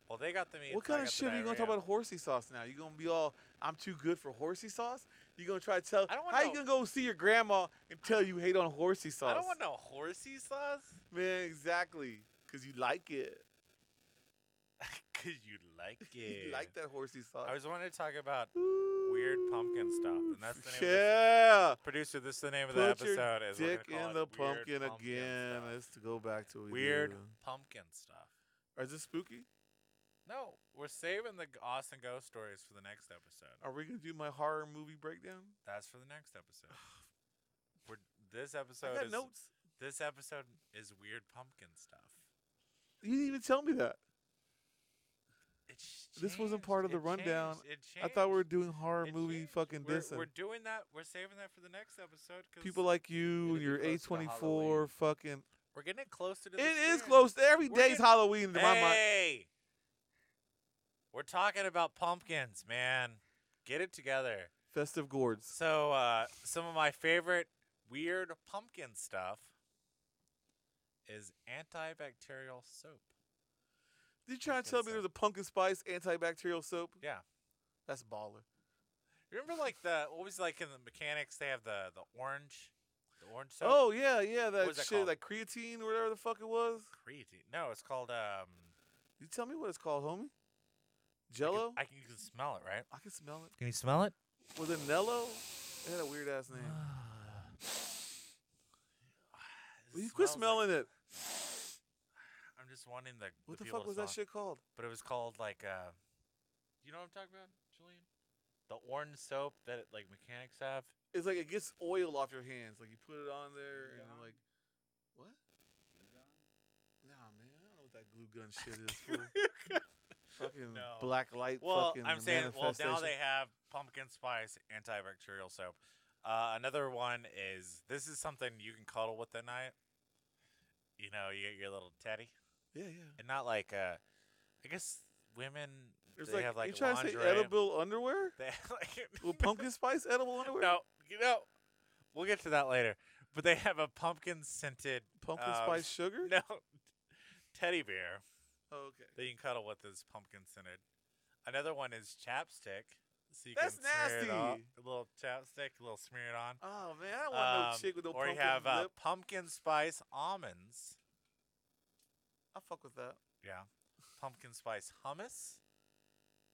Speaker 2: Well, they got the meats.
Speaker 1: what
Speaker 2: I
Speaker 1: kind
Speaker 2: got
Speaker 1: of
Speaker 2: the
Speaker 1: shit are you gonna talk
Speaker 2: diarrhea.
Speaker 1: about horsey sauce now? You gonna be all, I'm too good for horsey sauce? You gonna try to tell?
Speaker 2: I don't wanna
Speaker 1: how you
Speaker 2: know.
Speaker 1: gonna go see your grandma and tell you hate on horsey sauce?
Speaker 2: I don't want no horsey sauce.
Speaker 1: man, exactly, cause you like it.
Speaker 2: *laughs* Cause *laughs* you like it.
Speaker 1: you like that horsey sauce.
Speaker 2: I was wanting to talk about weird pumpkin stuff, and that's the name. Of this.
Speaker 1: Yeah.
Speaker 2: Producer, this is the name of
Speaker 1: Put
Speaker 2: the
Speaker 1: your
Speaker 2: episode. Is we're
Speaker 1: Dick
Speaker 2: gonna call
Speaker 1: in
Speaker 2: it
Speaker 1: the
Speaker 2: weird
Speaker 1: pumpkin,
Speaker 2: pumpkin
Speaker 1: again.
Speaker 2: stuff.
Speaker 1: Let's go back to it.
Speaker 2: Weird pumpkin stuff.
Speaker 1: Or is it spooky?
Speaker 2: No, we're saving the Austin ghost stories for the next episode.
Speaker 1: Are we gonna do my horror movie breakdown?
Speaker 2: That's for the next
Speaker 1: *sighs*
Speaker 2: episode. We're, this episode
Speaker 1: I got
Speaker 2: is
Speaker 1: notes.
Speaker 2: this episode is weird pumpkin stuff.
Speaker 1: You didn't even tell me that.
Speaker 2: It sh-
Speaker 1: This wasn't part of
Speaker 2: changed.
Speaker 1: the rundown.
Speaker 2: Changed. It
Speaker 1: I thought we were
Speaker 2: changed.
Speaker 1: doing horror
Speaker 2: It
Speaker 1: movie
Speaker 2: changed.
Speaker 1: fucking
Speaker 2: we're,
Speaker 1: dissing.
Speaker 2: We're doing that. We're saving that for the next episode. 'cause
Speaker 1: People like you
Speaker 2: It'll
Speaker 1: and
Speaker 2: be
Speaker 1: your
Speaker 2: close to Halloween.
Speaker 1: A24 fucking.
Speaker 2: we're getting it closer to.
Speaker 1: It
Speaker 2: the
Speaker 1: is
Speaker 2: spirit.
Speaker 1: close. Every
Speaker 2: We're
Speaker 1: day's
Speaker 2: getting-
Speaker 1: Halloween in my mind.
Speaker 2: Hey, we're talking about pumpkins, man. Get it together.
Speaker 1: Festive gourds.
Speaker 2: So uh, some of my favorite weird pumpkin stuff is antibacterial soap.
Speaker 1: Did you try and
Speaker 2: Pumpkin
Speaker 1: tell me
Speaker 2: soap.
Speaker 1: there's a pumpkin spice antibacterial soap?
Speaker 2: Yeah.
Speaker 1: That's baller.
Speaker 2: Remember, like the what was like in the mechanics? They have the the orange, the orange soap.
Speaker 1: oh yeah, yeah, that
Speaker 2: was that
Speaker 1: shit
Speaker 2: called?
Speaker 1: like creatine or whatever the fuck it was.
Speaker 2: creatine. No, it's called um.
Speaker 1: You tell me what it's called, homie.
Speaker 2: I can-
Speaker 1: Jello?
Speaker 2: I can, you can smell it, right?
Speaker 1: I can smell it.
Speaker 2: Can you smell *sighs* it?
Speaker 1: Was it Nello? It had a weird ass name.
Speaker 2: Uh,
Speaker 1: Will you quit smelling it.
Speaker 2: I'm just wanting the.
Speaker 1: What the
Speaker 2: people
Speaker 1: fuck
Speaker 2: to
Speaker 1: was that
Speaker 2: smell it.
Speaker 1: shit called?
Speaker 2: But it was called like. uh You know what I'm talking about, Julian? The orange soap that it, like mechanics have.
Speaker 1: It's like it gets oil off your hands. Like you put it on there and
Speaker 3: Gluon?
Speaker 1: like, what?
Speaker 3: It's
Speaker 1: Nah, man, I don't know what that glue gun shit
Speaker 2: *laughs*
Speaker 1: is. fool. fucking
Speaker 2: No.
Speaker 1: black light.
Speaker 2: Well,
Speaker 1: fucking
Speaker 2: I'm saying, well, now
Speaker 1: manifestation.
Speaker 2: they have pumpkin spice antibacterial soap. Uh, another one is this is something you can cuddle with at night. You know, you get your little teddy,
Speaker 1: Yeah, yeah.
Speaker 2: and not like uh, I guess women
Speaker 1: There's
Speaker 2: they
Speaker 1: like,
Speaker 2: have like
Speaker 1: you trying
Speaker 2: lingerie.
Speaker 1: to say edible underwear?
Speaker 2: *laughs* They have, like
Speaker 1: With pumpkin spice edible underwear?
Speaker 2: *laughs* no, you know, we'll get to that later. But they have a pumpkin scented
Speaker 1: Pumpkin
Speaker 2: um,
Speaker 1: spice sugar?
Speaker 2: *laughs* no teddy bear.
Speaker 1: Oh, okay.
Speaker 2: that you can cuddle with is pumpkin scented. Another one is chapstick. So you
Speaker 1: That's
Speaker 2: can smear it on-
Speaker 1: nasty.
Speaker 2: a little chapstick, a little smear it on.
Speaker 1: Oh man, I don't want no
Speaker 2: Um,
Speaker 1: chick with no
Speaker 2: or
Speaker 1: pumpkin
Speaker 2: you have uh,
Speaker 1: lip.
Speaker 2: pumpkin spice almonds.
Speaker 1: I fuck with that.
Speaker 2: Yeah. Pumpkin spice hummus.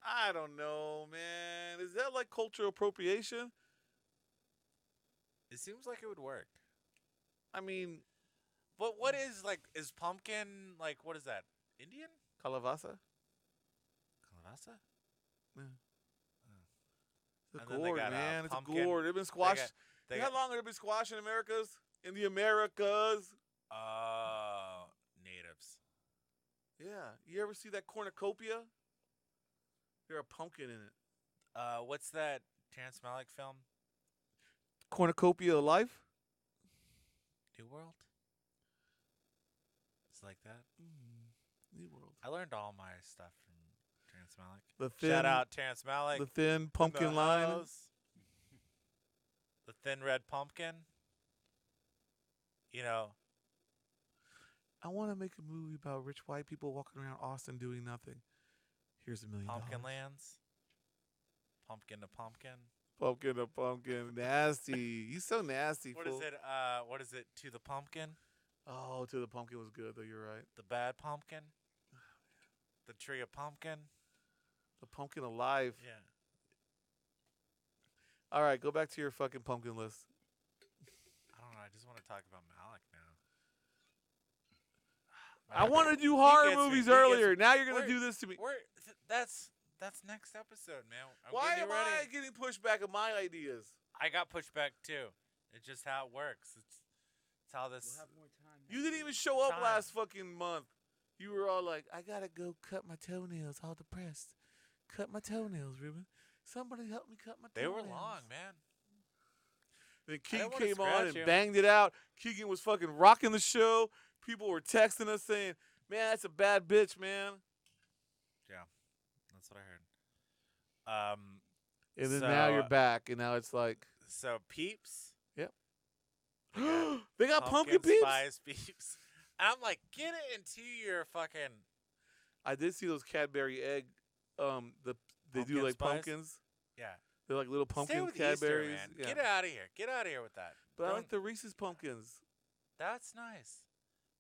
Speaker 1: I don't know, man. Is that like cultural appropriation?
Speaker 2: It seems like it would work.
Speaker 1: I mean,
Speaker 2: But what
Speaker 1: Mm.
Speaker 2: is like is pumpkin like what is that? Indian?
Speaker 1: calavasa.
Speaker 2: Kalabasa?
Speaker 1: It's a
Speaker 2: And then they
Speaker 1: gourd,
Speaker 2: got, uh,
Speaker 1: man. it's a
Speaker 2: pumpkin.
Speaker 1: gourd. They've been squashed.
Speaker 2: They
Speaker 1: You know
Speaker 2: got,
Speaker 1: how long have they been squashed in Americas? In the Americas.
Speaker 2: oh natives.
Speaker 1: Yeah. You ever see that cornucopia? There's a pumpkin in it.
Speaker 2: Uh what's that Terrence Malick film?
Speaker 1: Cornucopia of life.
Speaker 2: New World? It's like that.
Speaker 1: New world.
Speaker 2: I learned all my stuff from Terrence Malick.
Speaker 1: The thin,
Speaker 2: Shout out Terrence Malick.
Speaker 1: the thin pumpkin line.
Speaker 2: house. The thin red pumpkin. You know,
Speaker 1: I want to make a movie about rich white people walking around Austin doing nothing. Here's a million
Speaker 2: pumpkin
Speaker 1: dollars.
Speaker 2: lands. Pumpkin to pumpkin.
Speaker 1: Pumpkin to pumpkin. Nasty. you so nasty.
Speaker 2: What is
Speaker 1: fool.
Speaker 2: it? Uh, what is it? To the pumpkin,
Speaker 1: Oh, to the pumpkin was good though. You're right.
Speaker 2: the bad pumpkin, the tree of pumpkin.
Speaker 1: The pumpkin alive.
Speaker 2: Yeah.
Speaker 1: All right, go back to your fucking pumpkin list.
Speaker 2: I don't know. I just want to talk about Malick now.
Speaker 1: I wanted to do
Speaker 2: He
Speaker 1: horror
Speaker 2: gets me.
Speaker 1: movies
Speaker 2: He gets
Speaker 1: earlier.
Speaker 2: me.
Speaker 1: Now you're gonna
Speaker 2: Where-
Speaker 1: do this to me.
Speaker 2: We're, th- that's that's next episode, man. I'm
Speaker 1: Why
Speaker 2: getting
Speaker 1: am
Speaker 2: you ready.
Speaker 1: I getting pushed back on my ideas?
Speaker 2: I got pushed back too. It's just how it works. It's, it's how this.
Speaker 3: We'll have more time.
Speaker 1: You didn't even show up
Speaker 2: Time.
Speaker 1: last fucking month. You were all like, I gotta go cut my toenails, all depressed. Cut my toenails, Ruben. Somebody help me cut my
Speaker 2: They were
Speaker 1: toenails.
Speaker 2: long, man.
Speaker 1: Then Keegan
Speaker 2: didn't wanna
Speaker 1: came on
Speaker 2: scratch
Speaker 1: and
Speaker 2: you.
Speaker 1: banged it out. Keegan was fucking rocking the show. People were texting us saying, Man, that's a bad bitch, man.
Speaker 2: That's what I heard. Um,
Speaker 1: And then now you're
Speaker 2: So- uh,
Speaker 1: back, and now it's like *gasps*
Speaker 2: so peeps.
Speaker 1: Yep.
Speaker 2: They got
Speaker 1: they *gasps* got pumpkin, peeps.
Speaker 2: spice *laughs* peeps. And I'm like, get it into your fucking.
Speaker 1: I did see those Cadbury egg. Um, the they do
Speaker 2: Pumpkin
Speaker 1: like
Speaker 2: spice?
Speaker 1: pumpkins.
Speaker 2: Yeah.
Speaker 1: They're like little
Speaker 2: Stay
Speaker 1: pumpkin
Speaker 2: with
Speaker 1: Cadburys.
Speaker 2: Easter, man.
Speaker 1: Yeah.
Speaker 2: Get out of here. Get out of here with that.
Speaker 1: But I
Speaker 2: Don't-
Speaker 1: like the Reese's pumpkins.
Speaker 2: That's nice.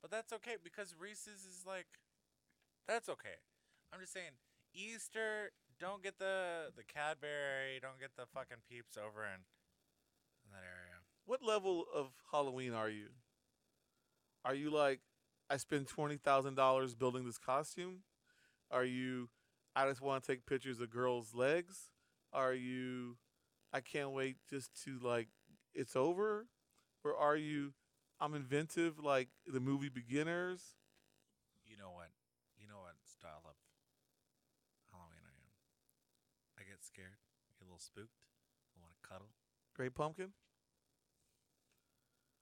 Speaker 2: But that's okay because Reese's is like that's okay. I'm just saying Easter don't get the the Cadbury, don't get the fucking peeps over in, in that area.
Speaker 1: What level of Halloween are you? Are you like, I spend twenty thousand dollars building this costume? Are you, I just want to take pictures of girls' legs? Are you, I can't wait just to like, it's over? Or are you, I'm inventive like the movie Beginners?
Speaker 2: You know what? You know what style of Halloween I am. I get scared, get a little spooked, I want to cuddle.
Speaker 1: Great Pumpkin?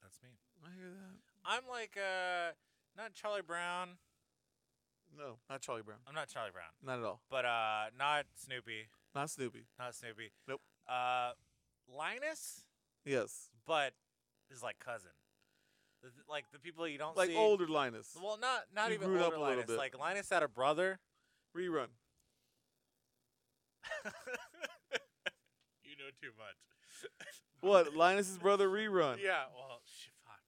Speaker 2: That's me.
Speaker 1: I hear that.
Speaker 2: I'm like uh not Charlie Brown,
Speaker 1: No, not Charlie Brown.
Speaker 2: I'm not Charlie Brown,
Speaker 1: Not at all.
Speaker 2: but uh, not Snoopy,
Speaker 1: Not Snoopy.
Speaker 2: not Snoopy.
Speaker 1: Nope.
Speaker 2: Uh, Linus,
Speaker 1: Yes.
Speaker 2: but his like cousin, The- the- like the people you don't
Speaker 1: Like
Speaker 2: see.
Speaker 1: older Linus.
Speaker 2: *laughs* Well, not not
Speaker 1: He
Speaker 2: even
Speaker 1: grew
Speaker 2: older
Speaker 1: up a little
Speaker 2: Linus.
Speaker 1: bit.
Speaker 2: Like Linus had a brother.
Speaker 1: Rerun.
Speaker 2: *laughs* you know too much.
Speaker 1: *laughs*
Speaker 2: *laughs*
Speaker 1: What? Linus's brother rerun.
Speaker 2: Yeah. Well, sh- fuck.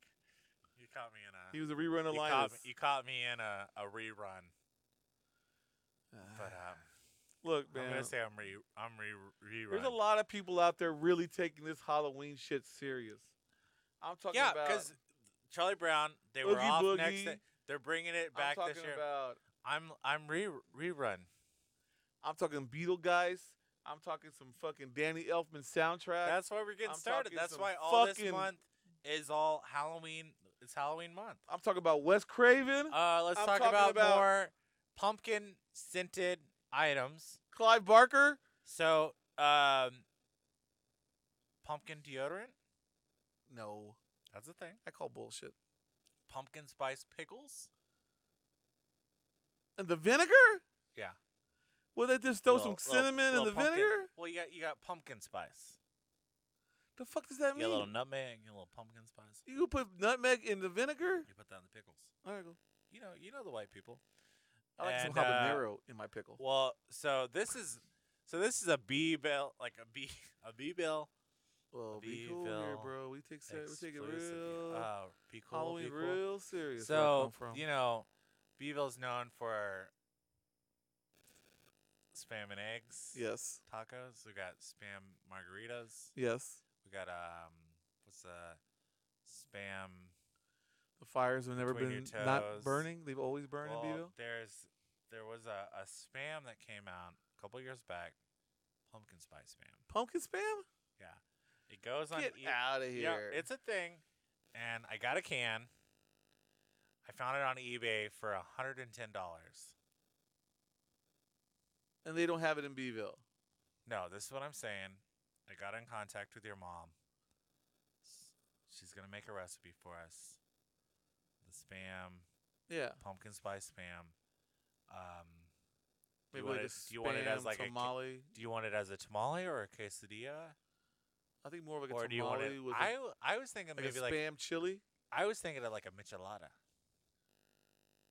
Speaker 2: You caught me in a.
Speaker 1: He was a rerun of
Speaker 2: you,
Speaker 1: Linus.
Speaker 2: caught me, you caught me in a, a rerun, but um,
Speaker 1: Look,
Speaker 2: I'm
Speaker 1: man.
Speaker 2: gonna say I'm re I'm re rerun.
Speaker 1: There's a lot of people out there really taking this Halloween shit serious. I'm talking
Speaker 2: yeah,
Speaker 1: about.
Speaker 2: because Charlie Brown, they were
Speaker 1: Oogie
Speaker 2: off next
Speaker 1: Boogie.
Speaker 2: day. They're bringing it
Speaker 1: I'm
Speaker 2: back
Speaker 1: talking
Speaker 2: this year.
Speaker 1: about.
Speaker 2: I'm I'm re rerun.
Speaker 1: I'm talking Beetle guys. I'm talking some fucking Danny Elfman soundtrack.
Speaker 2: That's why we're getting
Speaker 1: I'm
Speaker 2: started.
Speaker 1: talking
Speaker 2: That's
Speaker 1: some
Speaker 2: why all this
Speaker 1: fucking-
Speaker 2: month is all Halloween. It's
Speaker 1: *laughs*
Speaker 2: Halloween month.
Speaker 1: I'm talking about Wes Craven,
Speaker 2: Uh, let's
Speaker 1: I'm
Speaker 2: talk
Speaker 1: talking
Speaker 2: about,
Speaker 1: about-
Speaker 2: more pumpkin scented items.
Speaker 1: Clive Barker.
Speaker 2: So, um, pumpkin deodorant.
Speaker 1: No,
Speaker 2: That's a thing.
Speaker 1: I call bullshit.
Speaker 2: Pumpkin spice pickles.
Speaker 1: And the vinegar?
Speaker 2: Yeah.
Speaker 1: Will they just throw
Speaker 2: Little-
Speaker 1: some
Speaker 2: little-
Speaker 1: cinnamon in
Speaker 2: little
Speaker 1: the
Speaker 2: pumpkin.
Speaker 1: vinegar?
Speaker 2: Well, you got you got pumpkin spice.
Speaker 1: The fuck does that
Speaker 2: You got a little
Speaker 1: mean?
Speaker 2: nutmeg, you got a little pumpkin spice.
Speaker 1: You can put nutmeg in the vinegar?
Speaker 2: You put that in the pickles.
Speaker 1: All right, go.
Speaker 2: You know, you know the white people.
Speaker 1: I like
Speaker 2: And,
Speaker 1: some
Speaker 2: uh,
Speaker 1: habanero in my pickle.
Speaker 2: Well, so this is, so this is a bee bill, like a bee, *laughs* a bee bill.
Speaker 1: Well, be cool here,
Speaker 2: Beeville
Speaker 1: bro. We take ser- we take it
Speaker 2: exclusive.
Speaker 1: real
Speaker 2: Uh, be cool.
Speaker 1: Halloween
Speaker 2: be cool.
Speaker 1: real serious. where I
Speaker 2: So
Speaker 1: come from.
Speaker 2: you know, Beeville's known for spam and eggs
Speaker 1: yes,
Speaker 2: tacos. We got spam margaritas.
Speaker 1: yes.
Speaker 2: We got um, what's the spam?
Speaker 1: The fires have never
Speaker 2: Between your
Speaker 1: been not
Speaker 2: toes.
Speaker 1: burning. They've always burned
Speaker 2: well,
Speaker 1: in Beeville.
Speaker 2: There's there was a, a spam that came out a couple years back, pumpkin spice spam.
Speaker 1: Pumpkin spam?
Speaker 2: It goes on
Speaker 1: Get
Speaker 2: E-
Speaker 1: out of here.
Speaker 2: yeah, it's a thing, and I got a can. I found it on eBay for hundred and ten dollars.
Speaker 1: and they don't have it in Beeville.
Speaker 2: No, this is what I'm saying. I got in contact with your mom. S- She's gonna make a recipe for us. The spam,
Speaker 1: Yeah,
Speaker 2: pumpkin spice spam. Um, Do you
Speaker 1: maybe
Speaker 2: want
Speaker 1: like
Speaker 2: it-
Speaker 1: a
Speaker 2: do you want it as
Speaker 1: spam
Speaker 2: like a ki-
Speaker 1: tamale.
Speaker 2: do you want it as a tamale or a quesadilla?
Speaker 1: I think more of like a
Speaker 2: or
Speaker 1: tamale
Speaker 2: do you want it?
Speaker 1: with a-
Speaker 2: I w- I was thinking
Speaker 1: like a
Speaker 2: maybe like
Speaker 1: spam chili.
Speaker 2: I was thinking of like a michelada,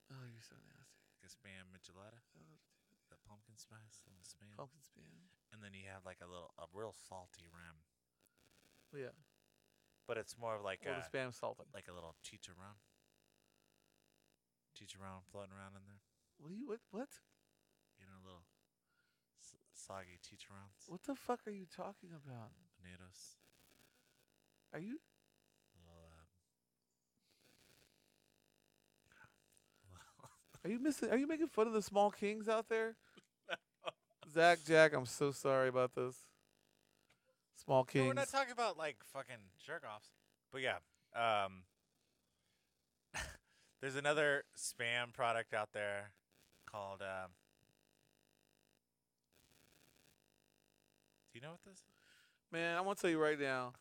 Speaker 1: Oh, you're so nasty.
Speaker 2: like a spam michelada, Oh, the pumpkin spice and the spam,
Speaker 1: Pumpkin spam.
Speaker 2: and then you have like a little a real salty rim,
Speaker 1: Yeah,
Speaker 2: but it's more of like
Speaker 1: or
Speaker 2: a
Speaker 1: the spam salted.
Speaker 2: like a little chicharron, chicharron floating around in there,
Speaker 1: What do you what what
Speaker 2: you know, little s- soggy chicharrons,
Speaker 1: what the fuck are you talking about?
Speaker 2: potatoes,
Speaker 1: Are you
Speaker 2: little. uh, Um,
Speaker 1: are you missing? Are you making fun of the small kings out there?
Speaker 2: *laughs*
Speaker 1: Zach, Jack, I'm so sorry about this. Small
Speaker 2: No,
Speaker 1: kings.
Speaker 2: We're not talking about like fucking jerk offs. But yeah, um, *laughs* there's another spam product out there called. Uh, do you know what this? Is?
Speaker 1: Man, I want to tell you right now,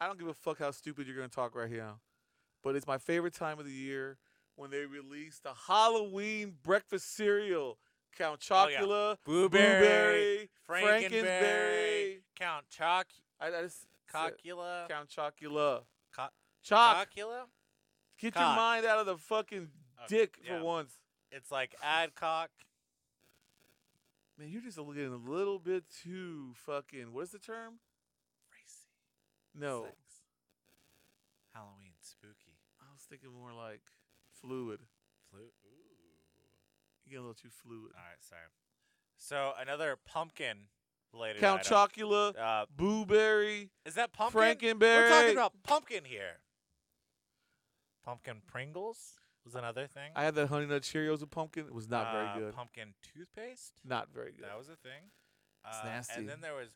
Speaker 1: I don't give a fuck how stupid you're going to talk right here, but it's my favorite time of the year when they release the Halloween breakfast cereal. Count
Speaker 2: Oh, yeah.
Speaker 1: Chocula, Blueberry,
Speaker 2: Frankenberry,
Speaker 1: Frankenberry.
Speaker 2: Count Choc,
Speaker 1: I, I just
Speaker 2: Cocula,
Speaker 1: Count Chocula.
Speaker 2: Co-
Speaker 1: Choc,
Speaker 2: Cocula.
Speaker 1: get your
Speaker 2: cock.
Speaker 1: mind out of the fucking
Speaker 2: Oh,
Speaker 1: dick
Speaker 2: yeah.
Speaker 1: for once.
Speaker 2: It's like Adcock.
Speaker 1: Man, you're just getting a little bit too fucking. What is the term?
Speaker 2: Racy.
Speaker 1: No,
Speaker 2: Sex. Halloween spooky.
Speaker 1: I was thinking more like fluid.
Speaker 2: Flu. Ooh.
Speaker 1: You get a little too fluid.
Speaker 2: All right, sorry. So another pumpkin related.
Speaker 1: Count
Speaker 2: item.
Speaker 1: Chocula,
Speaker 2: Uh,
Speaker 1: Blueberry,
Speaker 2: is that pumpkin?
Speaker 1: Frankenberry.
Speaker 2: We're talking about pumpkin here. Pumpkin Pringles was another thing.
Speaker 1: I had that Honey Nut Cheerios with pumpkin. It was not
Speaker 2: Uh,
Speaker 1: very good.
Speaker 2: Pumpkin toothpaste.
Speaker 1: Not very good.
Speaker 2: That was a thing. Uh,
Speaker 1: It's nasty.
Speaker 2: And then there was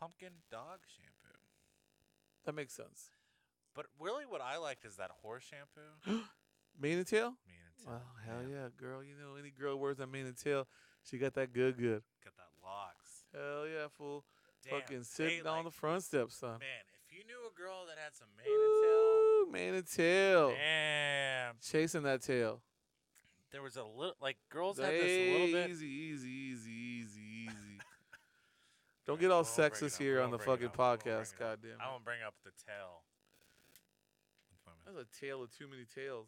Speaker 2: pumpkin dog shampoo.
Speaker 1: That makes sense.
Speaker 2: But really, what I liked is that horse shampoo.
Speaker 1: Mane and tail?
Speaker 2: Me and it's-
Speaker 1: Well, hell
Speaker 2: man,
Speaker 1: yeah, girl. You know, any girl wears that mane and tail, she got that good, good.
Speaker 2: Got that locks.
Speaker 1: Hell yeah, fool.
Speaker 2: Damn,
Speaker 1: Fucking
Speaker 2: they,
Speaker 1: sitting on the
Speaker 2: like-
Speaker 1: front step, son.
Speaker 2: Man, if you knew a girl that had some mane and tail,
Speaker 1: Oh. Ooh, mane and tail.
Speaker 2: damn.
Speaker 1: Chasing that tail.
Speaker 2: there was a little like girls had
Speaker 1: Hey,
Speaker 2: this a little bit.
Speaker 1: Easy, easy, easy, easy,
Speaker 2: *laughs*
Speaker 1: easy.
Speaker 2: Alright,
Speaker 1: Don't get all
Speaker 2: I won't bring it
Speaker 1: sexist
Speaker 2: up.
Speaker 1: here
Speaker 2: I
Speaker 1: on the
Speaker 2: won't bring
Speaker 1: fucking
Speaker 2: it up. I won't bring
Speaker 1: podcast.
Speaker 2: it up.
Speaker 1: Goddamn.
Speaker 2: I won't bring up the tail.
Speaker 1: That's a tale of too many tales.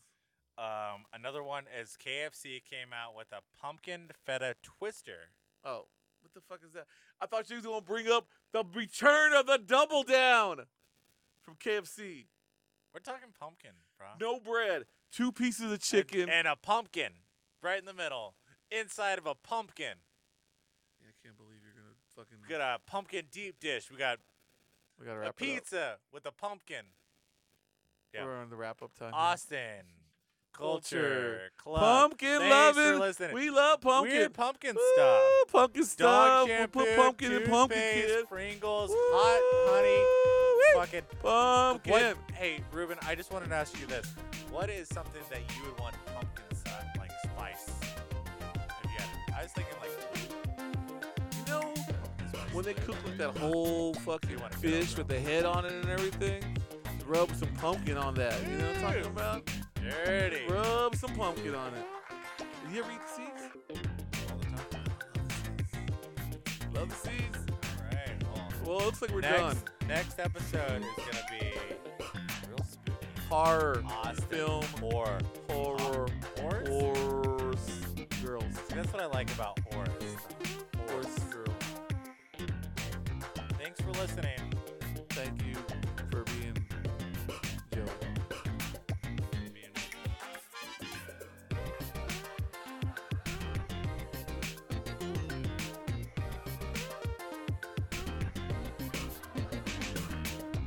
Speaker 2: Um, another one is KFC came out with a pumpkin feta twister.
Speaker 1: Oh, what the fuck is that? I thought you was gonna bring up the return of the double down from KFC.
Speaker 2: We're talking pumpkin, bro.
Speaker 1: No bread, two pieces of chicken.
Speaker 2: and, and a pumpkin right in the middle, inside of a pumpkin.
Speaker 1: yeah, I can't believe you're gonna fucking.
Speaker 2: We got a pumpkin deep dish. We got
Speaker 1: we gotta
Speaker 2: a
Speaker 1: wrap it up.
Speaker 2: pizza with a pumpkin. yeah.
Speaker 1: We're on the wrap up time. here.
Speaker 2: Austin
Speaker 1: Uh-huh. Culture
Speaker 2: Culture Club.
Speaker 1: pumpkin
Speaker 2: Thanks for
Speaker 1: loving.
Speaker 2: listening.
Speaker 1: We love pumpkin.
Speaker 2: Weird pumpkin
Speaker 1: Woo,
Speaker 2: stuff.
Speaker 1: Pumpkin
Speaker 2: Dog
Speaker 1: stuff. We
Speaker 2: shampoo,
Speaker 1: put pumpkin in pumpkin
Speaker 2: toothpaste,
Speaker 1: kid.
Speaker 2: Pringles,
Speaker 1: Woo,
Speaker 2: hot honey,
Speaker 1: wee.
Speaker 2: fucking
Speaker 1: pumpkin.
Speaker 2: What, hey, Ruben, I just wanted to ask you this. What is something that you would want pumpkin sun, like spice? If you had- I was thinking, like,
Speaker 1: You know
Speaker 2: that's what I was
Speaker 1: when they
Speaker 2: thinking.
Speaker 1: cook with that whole fucking
Speaker 2: You wanna get
Speaker 1: fish
Speaker 2: over
Speaker 1: with the head on it and everything? Rub some pumpkin on that. You know what I'm talking
Speaker 2: Ew.
Speaker 1: about?
Speaker 2: Dirty.
Speaker 1: Rub some pumpkin on it. Did you ever eat seeds?
Speaker 2: All the time.
Speaker 1: Love the seeds.
Speaker 2: All right, well,
Speaker 1: Well, it looks like we're
Speaker 2: next,
Speaker 1: done.
Speaker 2: Next episode is going to be real spooky.
Speaker 1: Horror.
Speaker 2: Austin.
Speaker 1: Film.
Speaker 2: Horror.
Speaker 1: Horror.
Speaker 2: Horrors?
Speaker 1: Horse. Girls.
Speaker 2: See, that's what I like about horror.
Speaker 1: Horse girls.
Speaker 2: Thanks for listening.
Speaker 1: Thank you for being Joe.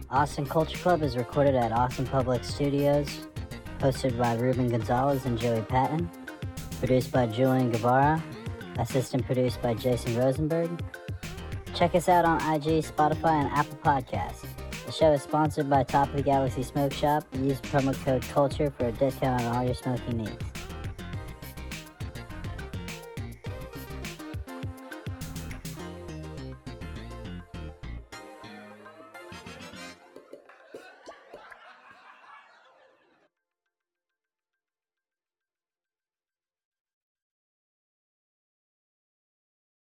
Speaker 4: Austin Culture Club is recorded at Austin Public Studios, hosted by Ruben Gonzalez and Joey Patton, produced by Julian Guevara, assistant produced by Jason Rosenberg. Check us out on IG, Spotify, and Apple Podcasts. The show is sponsored by Top of the Galaxy Smoke Shop. Use promo code CULTURE for a discount on all your smoking needs.